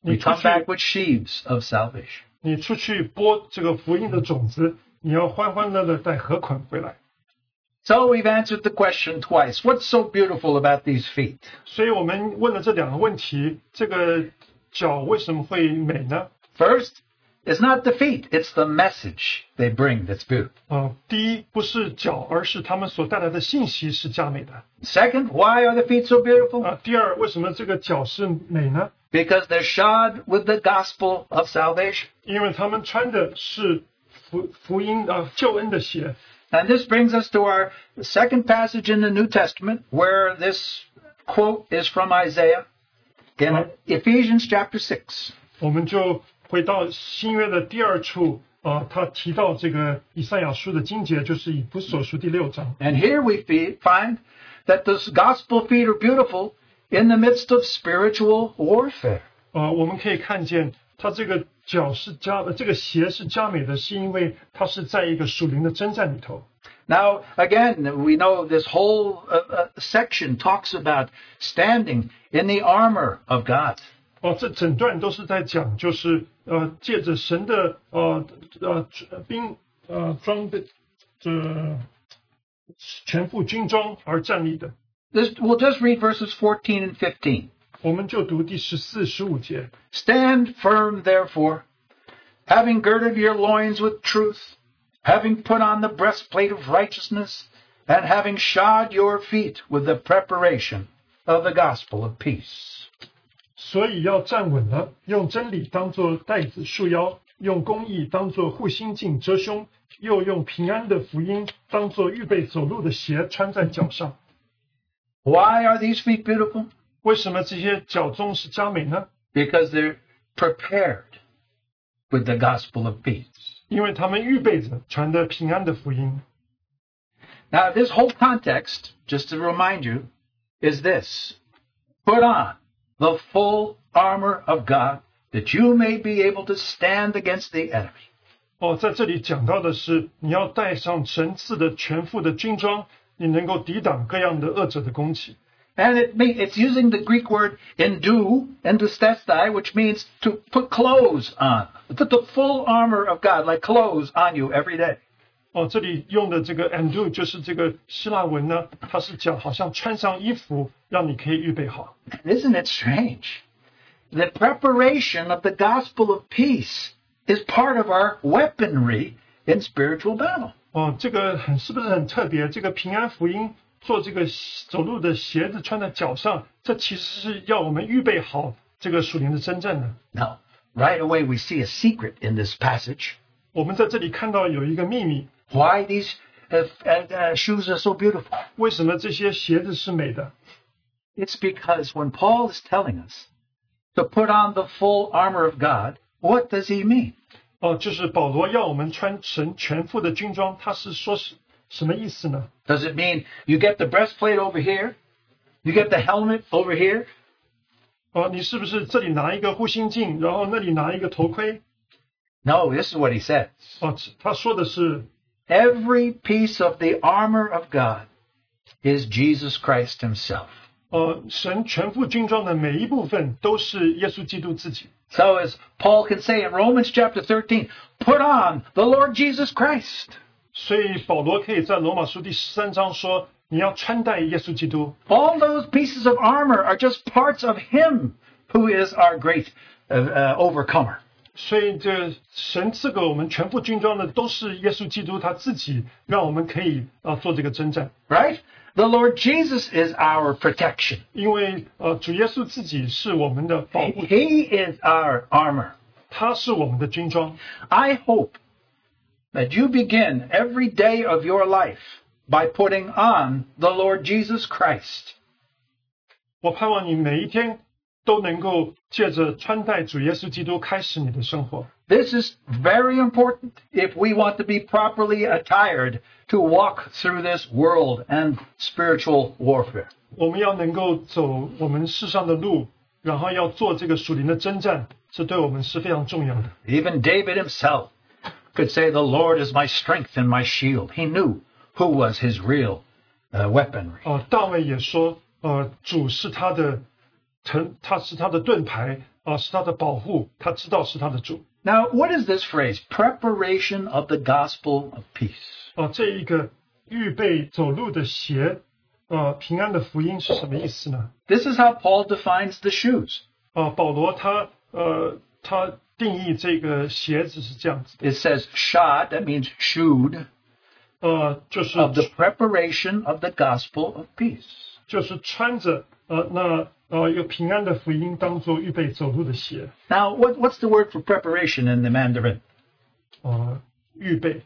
S2: 你
S1: We
S2: 出
S1: come
S2: 去，
S1: back with sheaves of salvation.
S2: 你出去播这个福音的种子，你要欢欢乐乐带和捆回来。
S1: So we've answered the question twice. What's so beautiful about these feet?
S2: 所以我们问了这两个问题：这个脚为什么会美呢？
S1: First, it's not the feet, it's the message they bring that's beautiful.
S2: 呃，第一不是脚，而是他们所带来的信息是佳美的。
S1: Second, why are the feet so beautiful?
S2: 啊，第二，为什么这个脚是美呢？
S1: Because they're shod with the gospel of salvation.
S2: 因为他们穿的是福福音啊、呃救恩的鞋。
S1: And this brings us to our second passage in the New Testament where this quote is from Isaiah in Ephesians chapter 6.
S2: 我们就回到新约的第二处啊、呃他提到这个以赛亚书的经节，就是以弗所书第六章。
S1: And here we fe- find that this gospel feet are beautiful in the midst of spiritual warfare.
S2: 呃，我们可以看见他这个脚是加、呃这个鞋是加美的，是因为它是在一个属灵的征战里头。
S1: Now, again, we know this whole uh, uh, section talks about standing in the armor of God.
S2: 哦，这整段都是在讲，就是呃，借着神的呃呃兵呃装备这全副军装而站立的。
S1: This, we'll just read verses 14 and 15.
S2: 我们就读第十四、十五节。
S1: Stand firm, therefore, having girded your loins with truth, having put on the breastplate of righteousness, and having shod your feet with the preparation of the gospel of peace.
S2: 所以要站稳了，用真理当作带子束腰，用公义当作护心镜遮胸，又用平安的福音当作预备走路的鞋穿在脚上。
S1: Why are these feet beautiful?
S2: 为什么这些脚中是佳美呢？
S1: Because they're prepared with the gospel of peace.
S2: 因为他们预备着传的平安的福音。
S1: Now, this whole context, just to remind you, is this Put on the full armor of God that you may be able to stand against the enemy.
S2: 哦，在这里讲到的是，你要带上神赐的全副的军装，你能够抵挡各样的恶者的攻击。
S1: And it may, it's using the Greek word endu, endustestai, which means to put clothes on. Put the full armor of God, like clothes, on you every day.
S2: 哦，这里用的这个 undo 就是这个希腊文呢，它是讲好像穿上衣服，让你可以预备好。
S1: Isn't it strange? The preparation of the gospel of peace is part of our weaponry in spiritual battle.
S2: 哦，这个很是不是很特别？这个平安福音做这个走路的鞋子穿在脚上，这其实是要我们预备好这个属灵的征战呢。
S1: Now, right away, we see a secret in this passage.
S2: 我们在这里看到有一个秘密，
S1: Why these uh, f- uh, uh, shoes are so beautiful?
S2: 为什么这些鞋子是美的？
S1: It's because when Paul is telling us to put on the full armor of God, what does he mean?
S2: 哦，就是保罗要我们穿神全副的军装，他是说是什么意思呢？
S1: Does it mean you get the breastplate over here? You get the helmet over here?
S2: 哦，你是不是这里拿一个护心镜，然后那里拿一个头盔？
S1: No, this is what he says.
S2: 哦，他说的是
S1: Every piece of the armor of God is Jesus Christ himself.
S2: 呃，神全副军装的每一部分都是耶稣基督自己。
S1: So as Paul can say in Romans chapter 13, put on the Lord Jesus Christ.
S2: 所以保罗可以在罗马书第十三章说：“你要穿戴耶稣基督。
S1: All those pieces of armor are just parts of him who is our great uh, uh, overcomer. ”
S2: 所以这神赐给我们全副军装的都是耶稣基督他自己，让我们可以啊、呃做这个征战。
S1: right? The Lord Jesus is our protection.
S2: 因为呃主耶稣自己是我们的保护，
S1: He is our armor.
S2: 他是我们的军装。
S1: I hope that you begin every day of your life by putting on the Lord Jesus Christ.
S2: 我盼望你每一天都能够借着穿戴主耶稣基督开始你的生活。
S1: This is very important if we want to be properly attired to walk through this world and spiritual warfare.
S2: 我们要能够走我们世上的路，然后要做这个属灵的征战，这对我们是非常重要的。
S1: Even David himself could say, The Lord is my strength and my shield. He knew who was his real uh, weaponry.
S2: 呃，大卫也说，呃，主是他的藤，他是他的盾牌，啊、是他的保护，他知道是他的主。
S1: Now, what is this phrase? Preparation of the gospel of peace.
S2: 啊、这一个预备走路的鞋，呃，平安的福音是什么意思呢？
S1: This is how Paul defines the shoes.
S2: 啊、保罗他呃，他定义这个鞋子是这样子，
S1: It says shod, that means shoed,
S2: 呃，就是、
S1: of the preparation of the gospel of peace.
S2: 就是穿着呃那呃有平安的福音当做预备走路的鞋，
S1: Now, what, what's the word for preparation in the Mandarin?
S2: 呃预备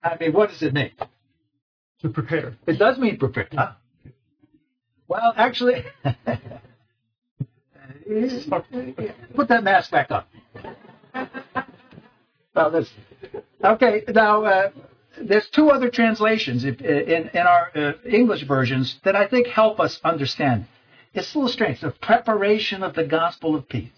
S1: I mean, what does it mean?
S2: to prepare。
S1: It does mean prepared, huh? Well, actually, put that mask back on. Well, that's okay. Now, uh, there's two other translations if- in in our uh, English versions that I think help us understand. It's a little strange. The preparation of the gospel of peace.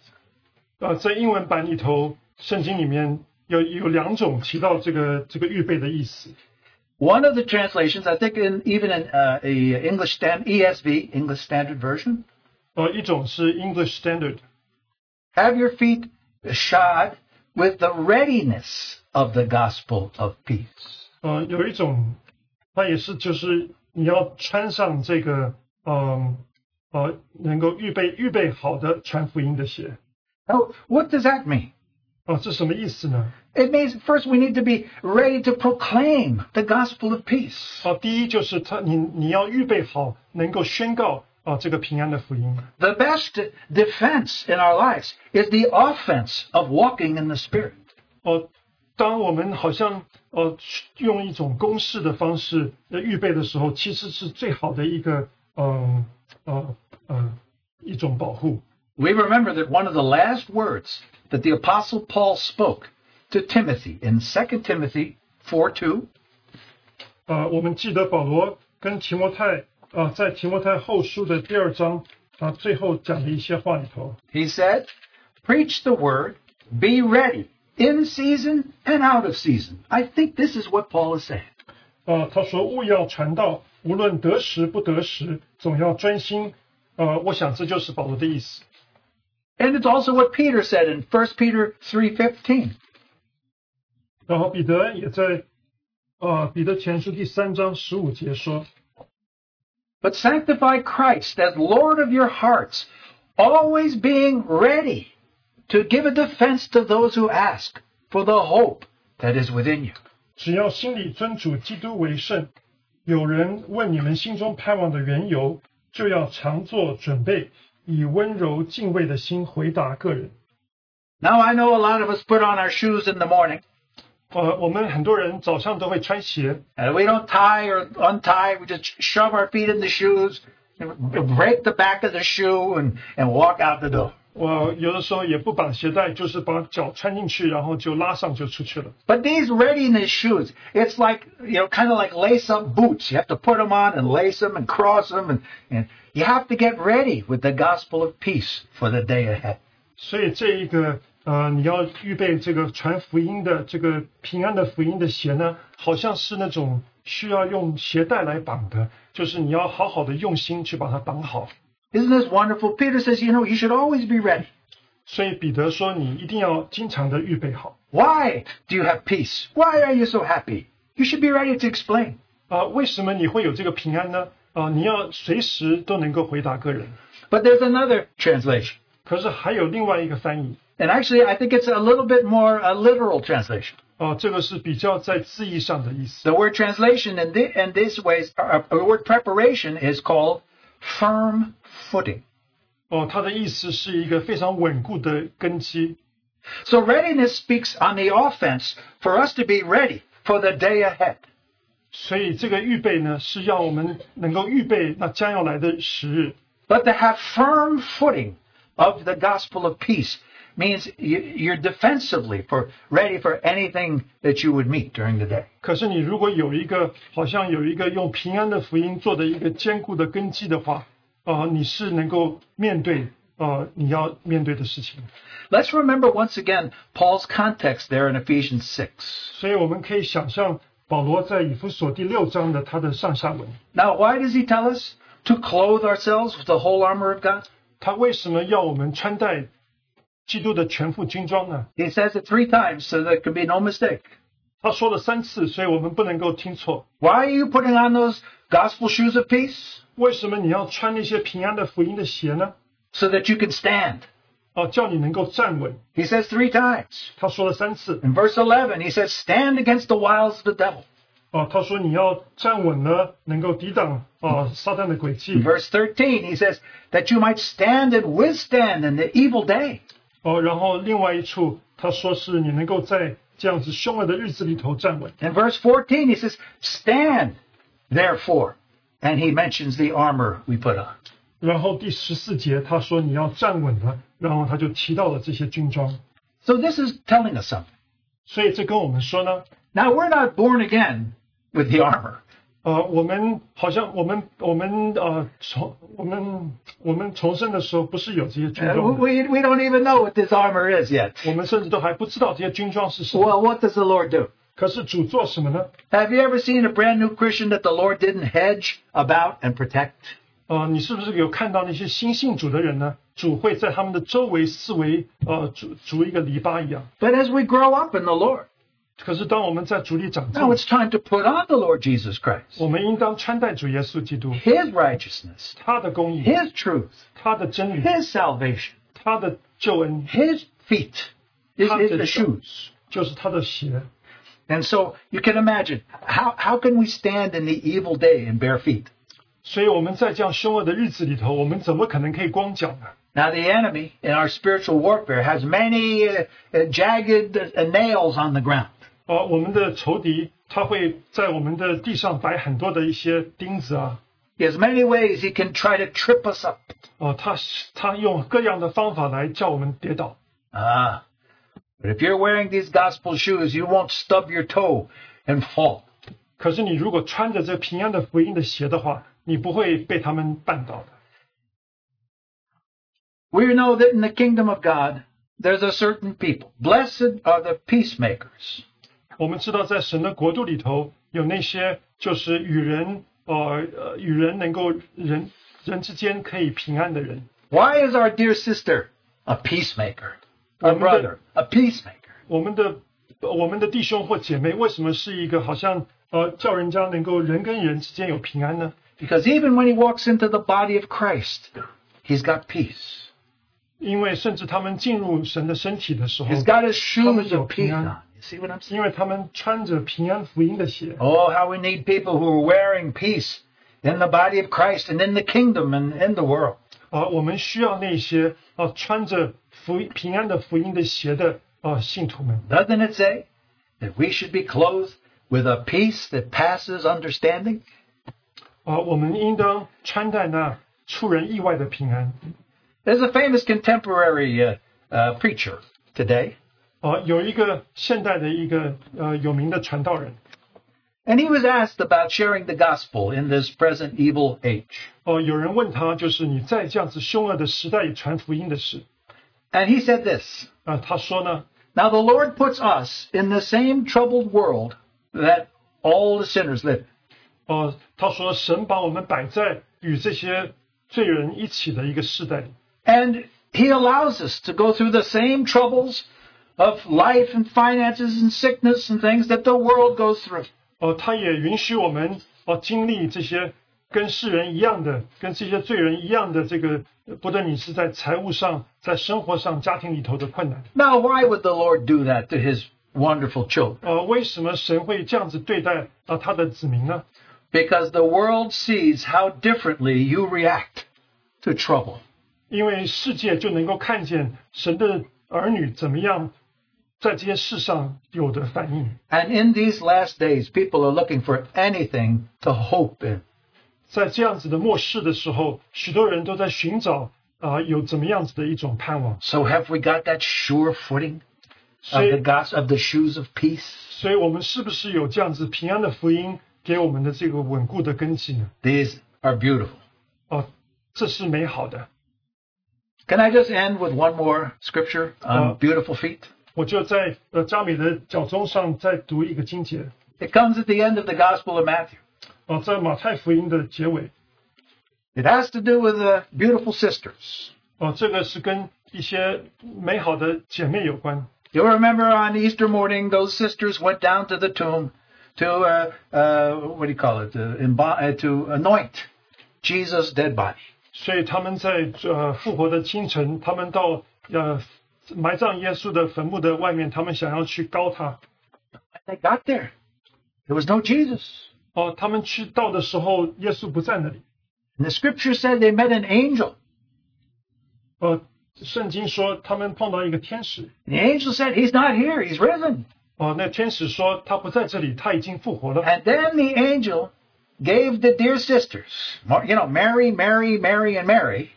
S2: 呃，在英文版里头，圣经里面有有两种提到这个这个预备的意思。
S1: One of the translations, I think, in even in uh, a English stand ESV English Standard Version,
S2: 呃，一种是 English Standard，
S1: Have your feet shod with the readiness of the gospel of peace.
S2: 呃，有一种，它也是就是你要穿上这个，嗯、呃，能够预备预备好的传福音的鞋。
S1: Now, what does that mean?
S2: 啊，这什么意思呢？
S1: It means first we need to be ready to proclaim the gospel of peace.
S2: 啊，第一就是他，你你要预备好，能够宣告啊这个平安的福音。
S1: The best defense in our lives is the offense of walking in the Spirit.
S2: 呃，当我们好像呃用一种公式的方式呃预备的时候，其实是最好的一个呃呃呃一种保护。
S1: We remember that one of the last words that the apostle Paul spoke to Timothy in 2 Timothy 4:2
S2: 呃，我们记得保罗跟提摩太啊、呃在提摩太后书的第二章啊、最后讲的一些话里头，
S1: He said, Preach the word, be ready, in season and out of season. I think this is what Paul is saying.
S2: 呃，他说勿要传道，无论得时不得时，总要专心。呃，我想这就是保罗的意思。
S1: And it's also what Peter said in 1 Peter 3:15.
S2: 然后彼得也在呃彼得前书第三章十五节说。
S1: But sanctify Christ as Lord of your hearts, always being ready to give a defense to those who ask for the hope that is within you.
S2: 只要心里尊主基督为圣，有人问你们心中盼望的缘由，就要常做准备，以温柔敬畏的心回答个人。
S1: Now, I know a lot of us put on our shoes in the morning,
S2: 呃，我们很多人早上都会穿鞋，
S1: and we don't tie or untie, we just shove our feet in the shoes, break the back of the shoe, and, and walk out the door.
S2: 我有的时候也不绑鞋带，就是把脚穿进去，然后就拉上就出去了。
S1: But these readiness shoes, it's like, you know, kind of like lace up boots. You have to put them on and lace them and cross them. And, and you have to get ready with the gospel of peace for the day ahead.
S2: 所以这一个呃，你要预备这个传福音的这个平安的福音的鞋呢，好像是那种需要用鞋带来绑的，就是你要好好的用心去把它绑好。
S1: Isn't this wonderful? Peter says, you know, you should always be ready.
S2: 所以彼得说：“你一定要经常的预备好
S1: Why do you have peace? Why are you so happy? You should be ready to explain.
S2: 啊、为什么你会有这个平安呢？啊、你要随时都能够回答个人。
S1: But there's another translation.
S2: 可是还有另外一个翻译
S1: And actually, I think it's a little bit more a literal translation.
S2: 啊、这个是比较在字义上的意思。
S1: The word translation in, thi- in this way, is- uh, uh, the word preparation is called firm footing.
S2: 哦、它的意思是一个非常稳固的根基。
S1: So readiness speaks on the offense for us to be ready for the day ahead.
S2: 所以这个预备呢，是要我们能够预备那将要来的时日。
S1: But to have firm footing of the gospel of peace means you- you're defensively for ready for anything that you would meet during the day.
S2: 可是你如果有一个好像有一个用平安的福音做的一个坚固的根基的话，啊、你是能够面对呃你要面对的事情。
S1: Let's remember once again Paul's context there in Ephesians 6.
S2: 所以我们可以想象保罗在以弗所第六章的他的上下文，
S1: Now, why does he tell us to clothe ourselves with the whole armor of God?
S2: 他为什么要我们穿戴基督的全副军装呢？
S1: He says it three times so there can be no mistake.
S2: 他说了三次，所以我们不能够听错。
S1: Why are you putting on those gospel shoes of peace?
S2: 为什么你要穿那些平安的福音的鞋呢？
S1: So that you can stand.
S2: 啊、叫你能够站稳。
S1: He says three times.
S2: 他说了三次，
S1: In verse 11, he says, Stand against the wiles of the devil.
S2: 啊、他说你要站稳了，能够抵挡啊、撒旦的诡计
S1: In。verse 13, he says, That you might stand and withstand in the evil day.
S2: 哦，然后另外一处他说是你能够在这样子凶恶的日子里头站稳。
S1: In verse 14, he says, Stand, therefore. And he mentions the armor we put on.
S2: 然后第十四节他说你要站稳了，然后他就提到了这些军装。
S1: So this is telling us something.
S2: 所以这跟我们说呢，
S1: Now, we're not born again with the armor.
S2: 呃，我们好像我们我们呃重我们我们重生的时候不是有这些军
S1: Uh,
S2: 装的，
S1: We, we don't even know what this armor is yet.
S2: 我们甚至都还不知道这些军装是什么。
S1: Well, what does the Lord do?
S2: 可是主做什么呢？
S1: Have you ever seen a brand new Christian that the Lord didn't hedge about and protect?
S2: 呃，你是不是有看到那些新信主的人呢？主会在他们的周围四围呃筑筑一个篱笆一样。
S1: But as we grow up in the Lord,
S2: 可是当我们在主里长大
S1: now，it's time to put on the Lord Jesus Christ,
S2: 我们应当穿戴主耶稣基督，
S1: His righteousness,
S2: 他的公
S1: 哎
S2: 义，
S1: His truth,
S2: 他的真理，
S1: His salvation,
S2: 他的救恩，
S1: His feet, is,
S2: How
S1: is
S2: did
S1: the
S2: it-
S1: shoes.
S2: 就是他的鞋。
S1: And so you can imagine how, how can we stand in the evil day in bare feet?
S2: 所以我们在这样凶恶的日子里头，我们怎么可能可以光脚呢？
S1: Now the enemy in our spiritual warfare has many uh, uh, jagged uh, nails on the ground.
S2: 啊，我们的仇敌他会在我们的地上摆很多的一些钉子啊，
S1: He has many ways he can try to trip us up.
S2: 啊，他他用各样的方法来叫我们跌倒。
S1: Ah, but if you're wearing these gospel shoes, you won't stub your toe and fall.
S2: 可是你如果穿着这平安的福音的鞋的话，你不会被他们绊倒的。
S1: We know that in the kingdom of God, there's a certain people. Blessed are the peacemakers.
S2: 我们知道，在神的国度里头，有那些就是与人呃呃与人能够人人之间可以平安的人。
S1: Why is our dear sister a peacemaker? Our
S2: Amen.
S1: brother, a peacemaker.
S2: 我们的我们的弟兄或姐妹，为什么是一个好像呃叫人家能够人跟人之间有平安呢？
S1: Because even when he walks into the body of Christ, he's got peace.
S2: 因为甚至他们进入神的身体的时候，
S1: He's got his shoes
S2: Something
S1: of peace
S2: amen.
S1: on. You see what I'm saying?
S2: 因为他们穿着平安福音的鞋，
S1: Oh, how we need people who are wearing peace in the body of Christ and in the kingdom and in the world.
S2: 啊、我们需要那些啊、穿着福平安的福音的鞋的啊、信徒们。
S1: Doesn't it say that we should be clothed with a peace that passes understanding?
S2: 啊，我们应当穿戴那出人意外的平安。
S1: There's a famous contemporary uh, uh, preacher today,
S2: 啊，有一个现代的一个呃有名的传道人，
S1: and he was asked about sharing the gospel in this present evil age.
S2: 哦、有人问他，就是你在这样子凶恶的时代里传福音的事，
S1: And he said this
S2: 啊、他说呢，
S1: Now the Lord puts us in the same troubled world that all the sinners live. in.
S2: 哦、他说神把我们摆在与这些罪人一起的一个世代里，
S1: And he allows us to go through the same troubles of life and finances and sickness and things that the world goes through.
S2: 哦、他也允许我们哦、经历这些跟世人一样的，跟这些罪人一样的这个，不论你是在财务上、在生活上、家庭里头的困难。
S1: Now, why would the Lord do that to his wonderful children?
S2: 呃，为什么神会这样子对待啊、呃他的子民呢？
S1: Because the world sees how differently you react to trouble.
S2: 因为世界就能够看见神的儿女怎么样在这些事上有的反应。
S1: And in these last days, people are looking for anything to hope in.
S2: 在这样子的末世的时候，许多人都在寻找啊、呃有怎么样子的一种盼望。
S1: So, have we got that sure footing
S2: 所
S1: of the
S2: 以，
S1: gospel of the shoes of peace?
S2: 所以我们是不是有这样子平安的福音给我们的这个稳固的根基呢？
S1: These are beautiful.
S2: 哦、这是美好的。
S1: Can I just end with one more scripture on
S2: Uh,
S1: beautiful feet?
S2: 我就在呃加美的脚中上再读一个经节，
S1: It comes at the end of the Gospel of Matthew.
S2: 啊、在马太福音的结尾，
S1: It has to do with the beautiful sisters.
S2: 哦，这个是跟一些美好的姐妹有关。
S1: You'll remember on Easter morning, those sisters went down to the tomb to, uh, uh, what do you call it, to, embalm, uh, to anoint Jesus' dead body.
S2: 所以他们在呃复活的清晨，他们到呃埋葬耶稣的坟墓的外面，他们想要去高他。
S1: They got there. There was no Jesus.
S2: 哦，他们去到的时候，耶稣不在那里。
S1: And the scripture said they met an angel.
S2: 呃，圣经说他们碰到一个天使。
S1: And the angel said, He's not here, He's risen.
S2: 哦，那天使说他不在这里，他已经复活了。
S1: And then the angel gave the dear sisters, Mar- you know, Mary, Mary, Mary, and Mary,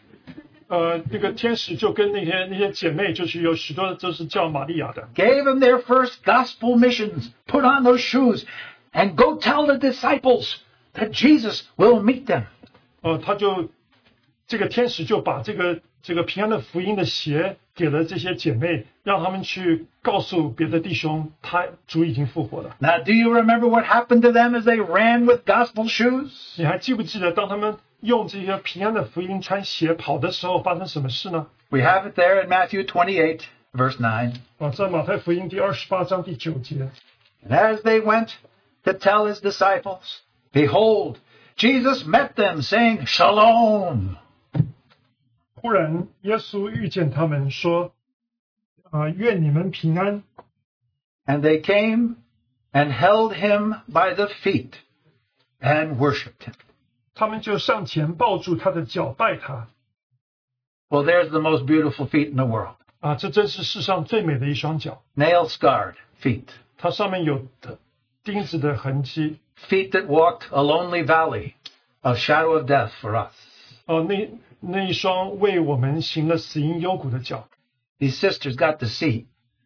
S2: 呃，那个天使就跟那些那些姐妹，就是有许多都是叫玛利亚的。
S1: gave them their first gospel missions. Put on those shoes and go tell the disciples that Jesus will meet them.
S2: 呃，他就这个天使就把这个这个平安的福音的鞋给了这些姐妹，让他们去告诉别的弟兄，他主已经复活了。
S1: Now, do you remember what happened to them as they ran with gospel shoes?
S2: 你还记不记得，当他们用这些平安的福音穿鞋跑的时候，发生什么事呢？
S1: We have it there in Matthew 28, verse 9.
S2: 啊，在马太福音第二十八章第九节，
S1: And as they went to tell his disciples, behold, Jesus met them, saying, Shalom.
S2: 忽然耶稣遇见他们，说：“啊、愿你们平安。
S1: And they came and held him by the feet and worshipped him.
S2: 他们就上前抱住他的脚，拜他。
S1: Well, there's the most beautiful feet in the world.
S2: 啊，这真是世上最美的一双脚，
S1: Nail scarred feet.
S2: 它上面有钉子的痕迹。
S1: Feet that walked a lonely valley of shadow of death for us.
S2: 哦、那那一双为我们行了死荫幽谷的脚。
S1: These sisters got to see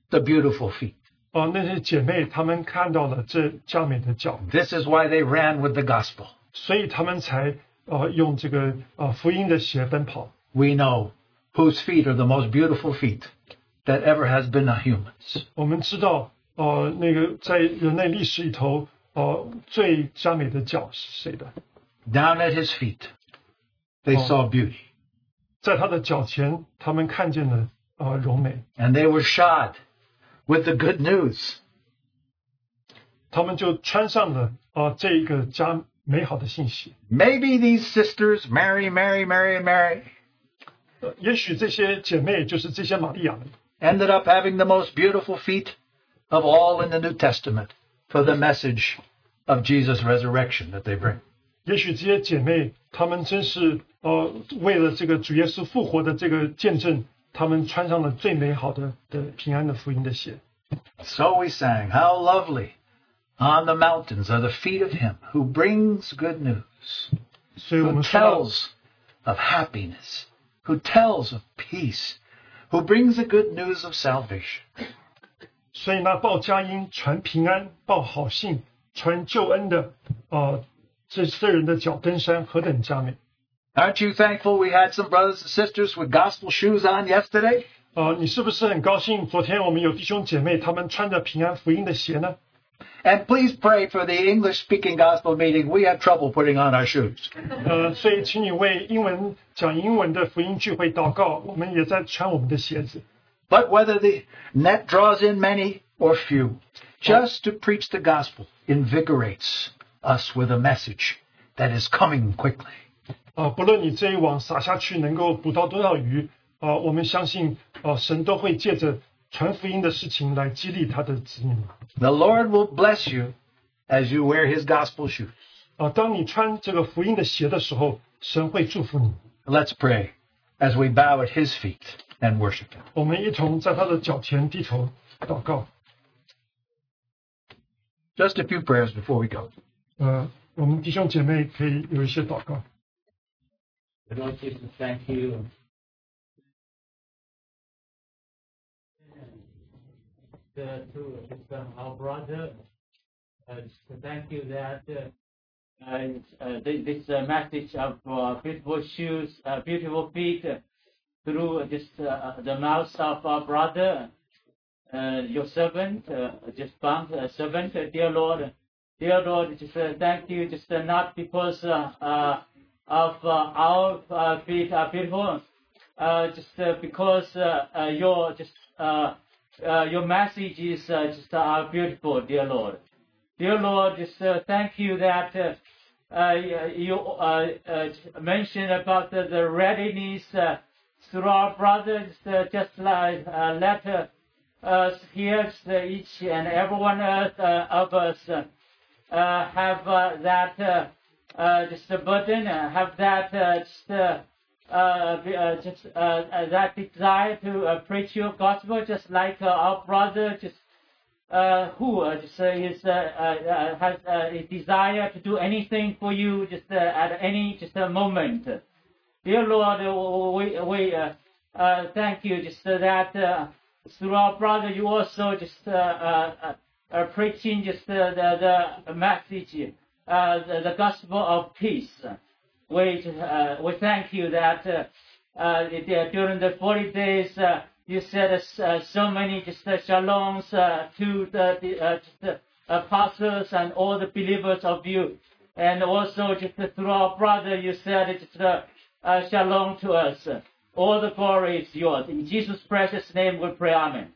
S1: the beautiful feet.
S2: 哦、那些姐妹她们看到了这佳美的脚，
S1: This is why they ran with the gospel.
S2: 所以她们才呃用这个呃福音的鞋奔跑。
S1: We know whose feet are the most beautiful feet that ever has been a human's.
S2: 我们知道，呃，那个在人类历史里头，呃，最佳美的脚是谁的？
S1: Down at his feet, they
S2: Oh.
S1: saw beauty.
S2: 在他的脚前，他们看见了呃柔美，
S1: And they were shod with the good news.
S2: 他们就穿上了呃这一个佳美好的信息。
S1: Maybe these sisters, Mary, Mary, Mary, and Mary,
S2: 呃也许这些姐妹就是这些玛利亚们，
S1: ended up having the most beautiful feet of all in the New Testament for the message of Jesus' resurrection that they bring.
S2: 也许这些姐妹她们真是呃为了这个主耶稣复活的这个见证，她们穿上了最美好的的平安的福音的鞋。
S1: So we sang, How lovely on the mountains are the feet of him who brings good news,
S2: 所以我
S1: who
S2: 们说到
S1: tells of happiness, who tells of peace, who brings the good news of salvation.
S2: 所以那报佳音、传平安、报好信、传救恩的，呃，这这人的脚登山何等佳美！
S1: Aren't you thankful we had some brothers and sisters with gospel shoes on yesterday?
S2: 呃，你是不是很高兴？昨天我们有弟兄姐妹，他们穿着平安福音的鞋呢？
S1: And please pray for the English speaking gospel meeting. We have trouble putting on our shoes.
S2: 呃，所以请你为英文讲英文的福音聚会祷告，我们也在穿我们的鞋子。
S1: But whether the net draws in many or few, just to preach the gospel invigorates us with a message that is coming quickly.
S2: 啊、不论你这一网撒下去能够捕到多少鱼，啊、我们相信，啊，神都会借着传福音的事情来激励他的子女们。
S1: The Lord will bless you as you wear his gospel shoes.
S2: 啊，当你穿这个福音的鞋的时候，神会祝福你。
S1: Let's pray as we bow at his feet and worship him.
S2: 我们一同在他的脚前低头祷告。
S1: Just a few prayers before we go.
S2: 呃，我们弟兄姐妹可以有一些祷告。
S3: Lord Jesus, thank you. And, uh, to uh, our brother, uh, to thank you that uh, and, uh, thi- this uh, message of uh, beautiful shoes, uh, beautiful feet, uh, through this uh, the mouth of our brother, uh, your servant, uh, just bound, uh, servant, uh, dear Lord, dear Lord, just uh, thank you, just uh, not because uh, uh, of uh, our uh, feet are beautiful, uh, just uh, because uh, uh, your just uh, uh, your message is uh, just uh, are beautiful, dear Lord. Dear Lord, just uh, thank you that uh, uh, you uh, uh, mentioned about the, the readiness uh, through our brothers, uh, just like uh, let uh, us here, uh, each and every one uh, uh, of us uh, uh, have uh, that uh, uh, just a burden, uh, have that uh, just, uh, uh, be- uh, just uh, uh, that desire to uh, preach your gospel, just like uh, our brother, just uh, who uh, just, uh, is, uh, uh, uh, has uh, a desire to do anything for you, just uh, at any just a moment. Dear Lord, uh, we, we uh, uh, thank you just uh, that uh, through our brother you also just uh, uh, uh, uh, preaching just uh, the, the message, uh, the, the gospel of peace. We, uh, we thank you that uh, uh, that during the 40 days uh, you said uh, so many just uh, shaloms uh, to the, the, uh, just, the apostles and all the believers of you. And also just through our brother you said it just, uh, uh, shalom to us. All the glory is yours. In Jesus' precious name we pray. Amen.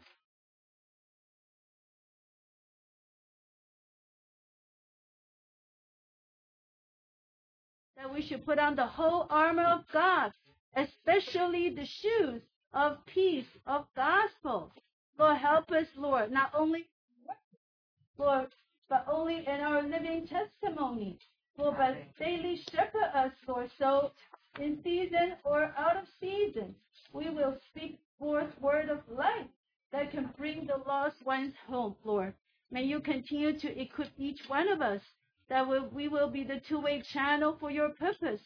S4: that we should put on the whole armor of God, especially the shoes of peace, of gospel, Lord, help us, Lord, not only, Lord, but only in our living testimony. Lord, but daily shepherd us, Lord, so in season or out of season, we will speak forth word of life that can bring the lost ones home, Lord. May you continue to equip each one of us that we we will be the two-way channel for your purpose,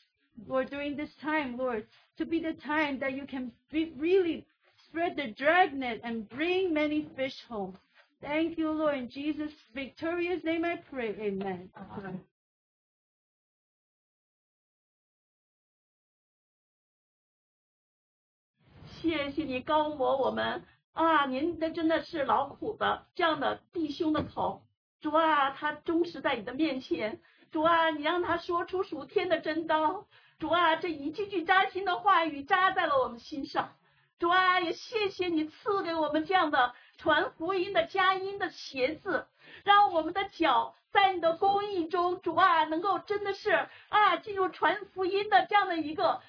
S4: Lord, during this time, Lord, to be the time that you can be, really spread the dragnet and bring many fish home. Thank you, Lord. In Jesus' victorious name I pray. Amen.
S5: 谢谢你高摩我们啊，您的真的是劳苦的，这样的弟兄的口，主啊，他忠实在你的面前，主啊，你让他说出属天的真道，主啊，这一句句扎心的话语扎在了我们心上，主啊，也谢谢你赐给我们这样的传福音的佳音的鞋子，让我们的脚在你的公义中，主啊，能够真的是啊进入传福音的这样的一个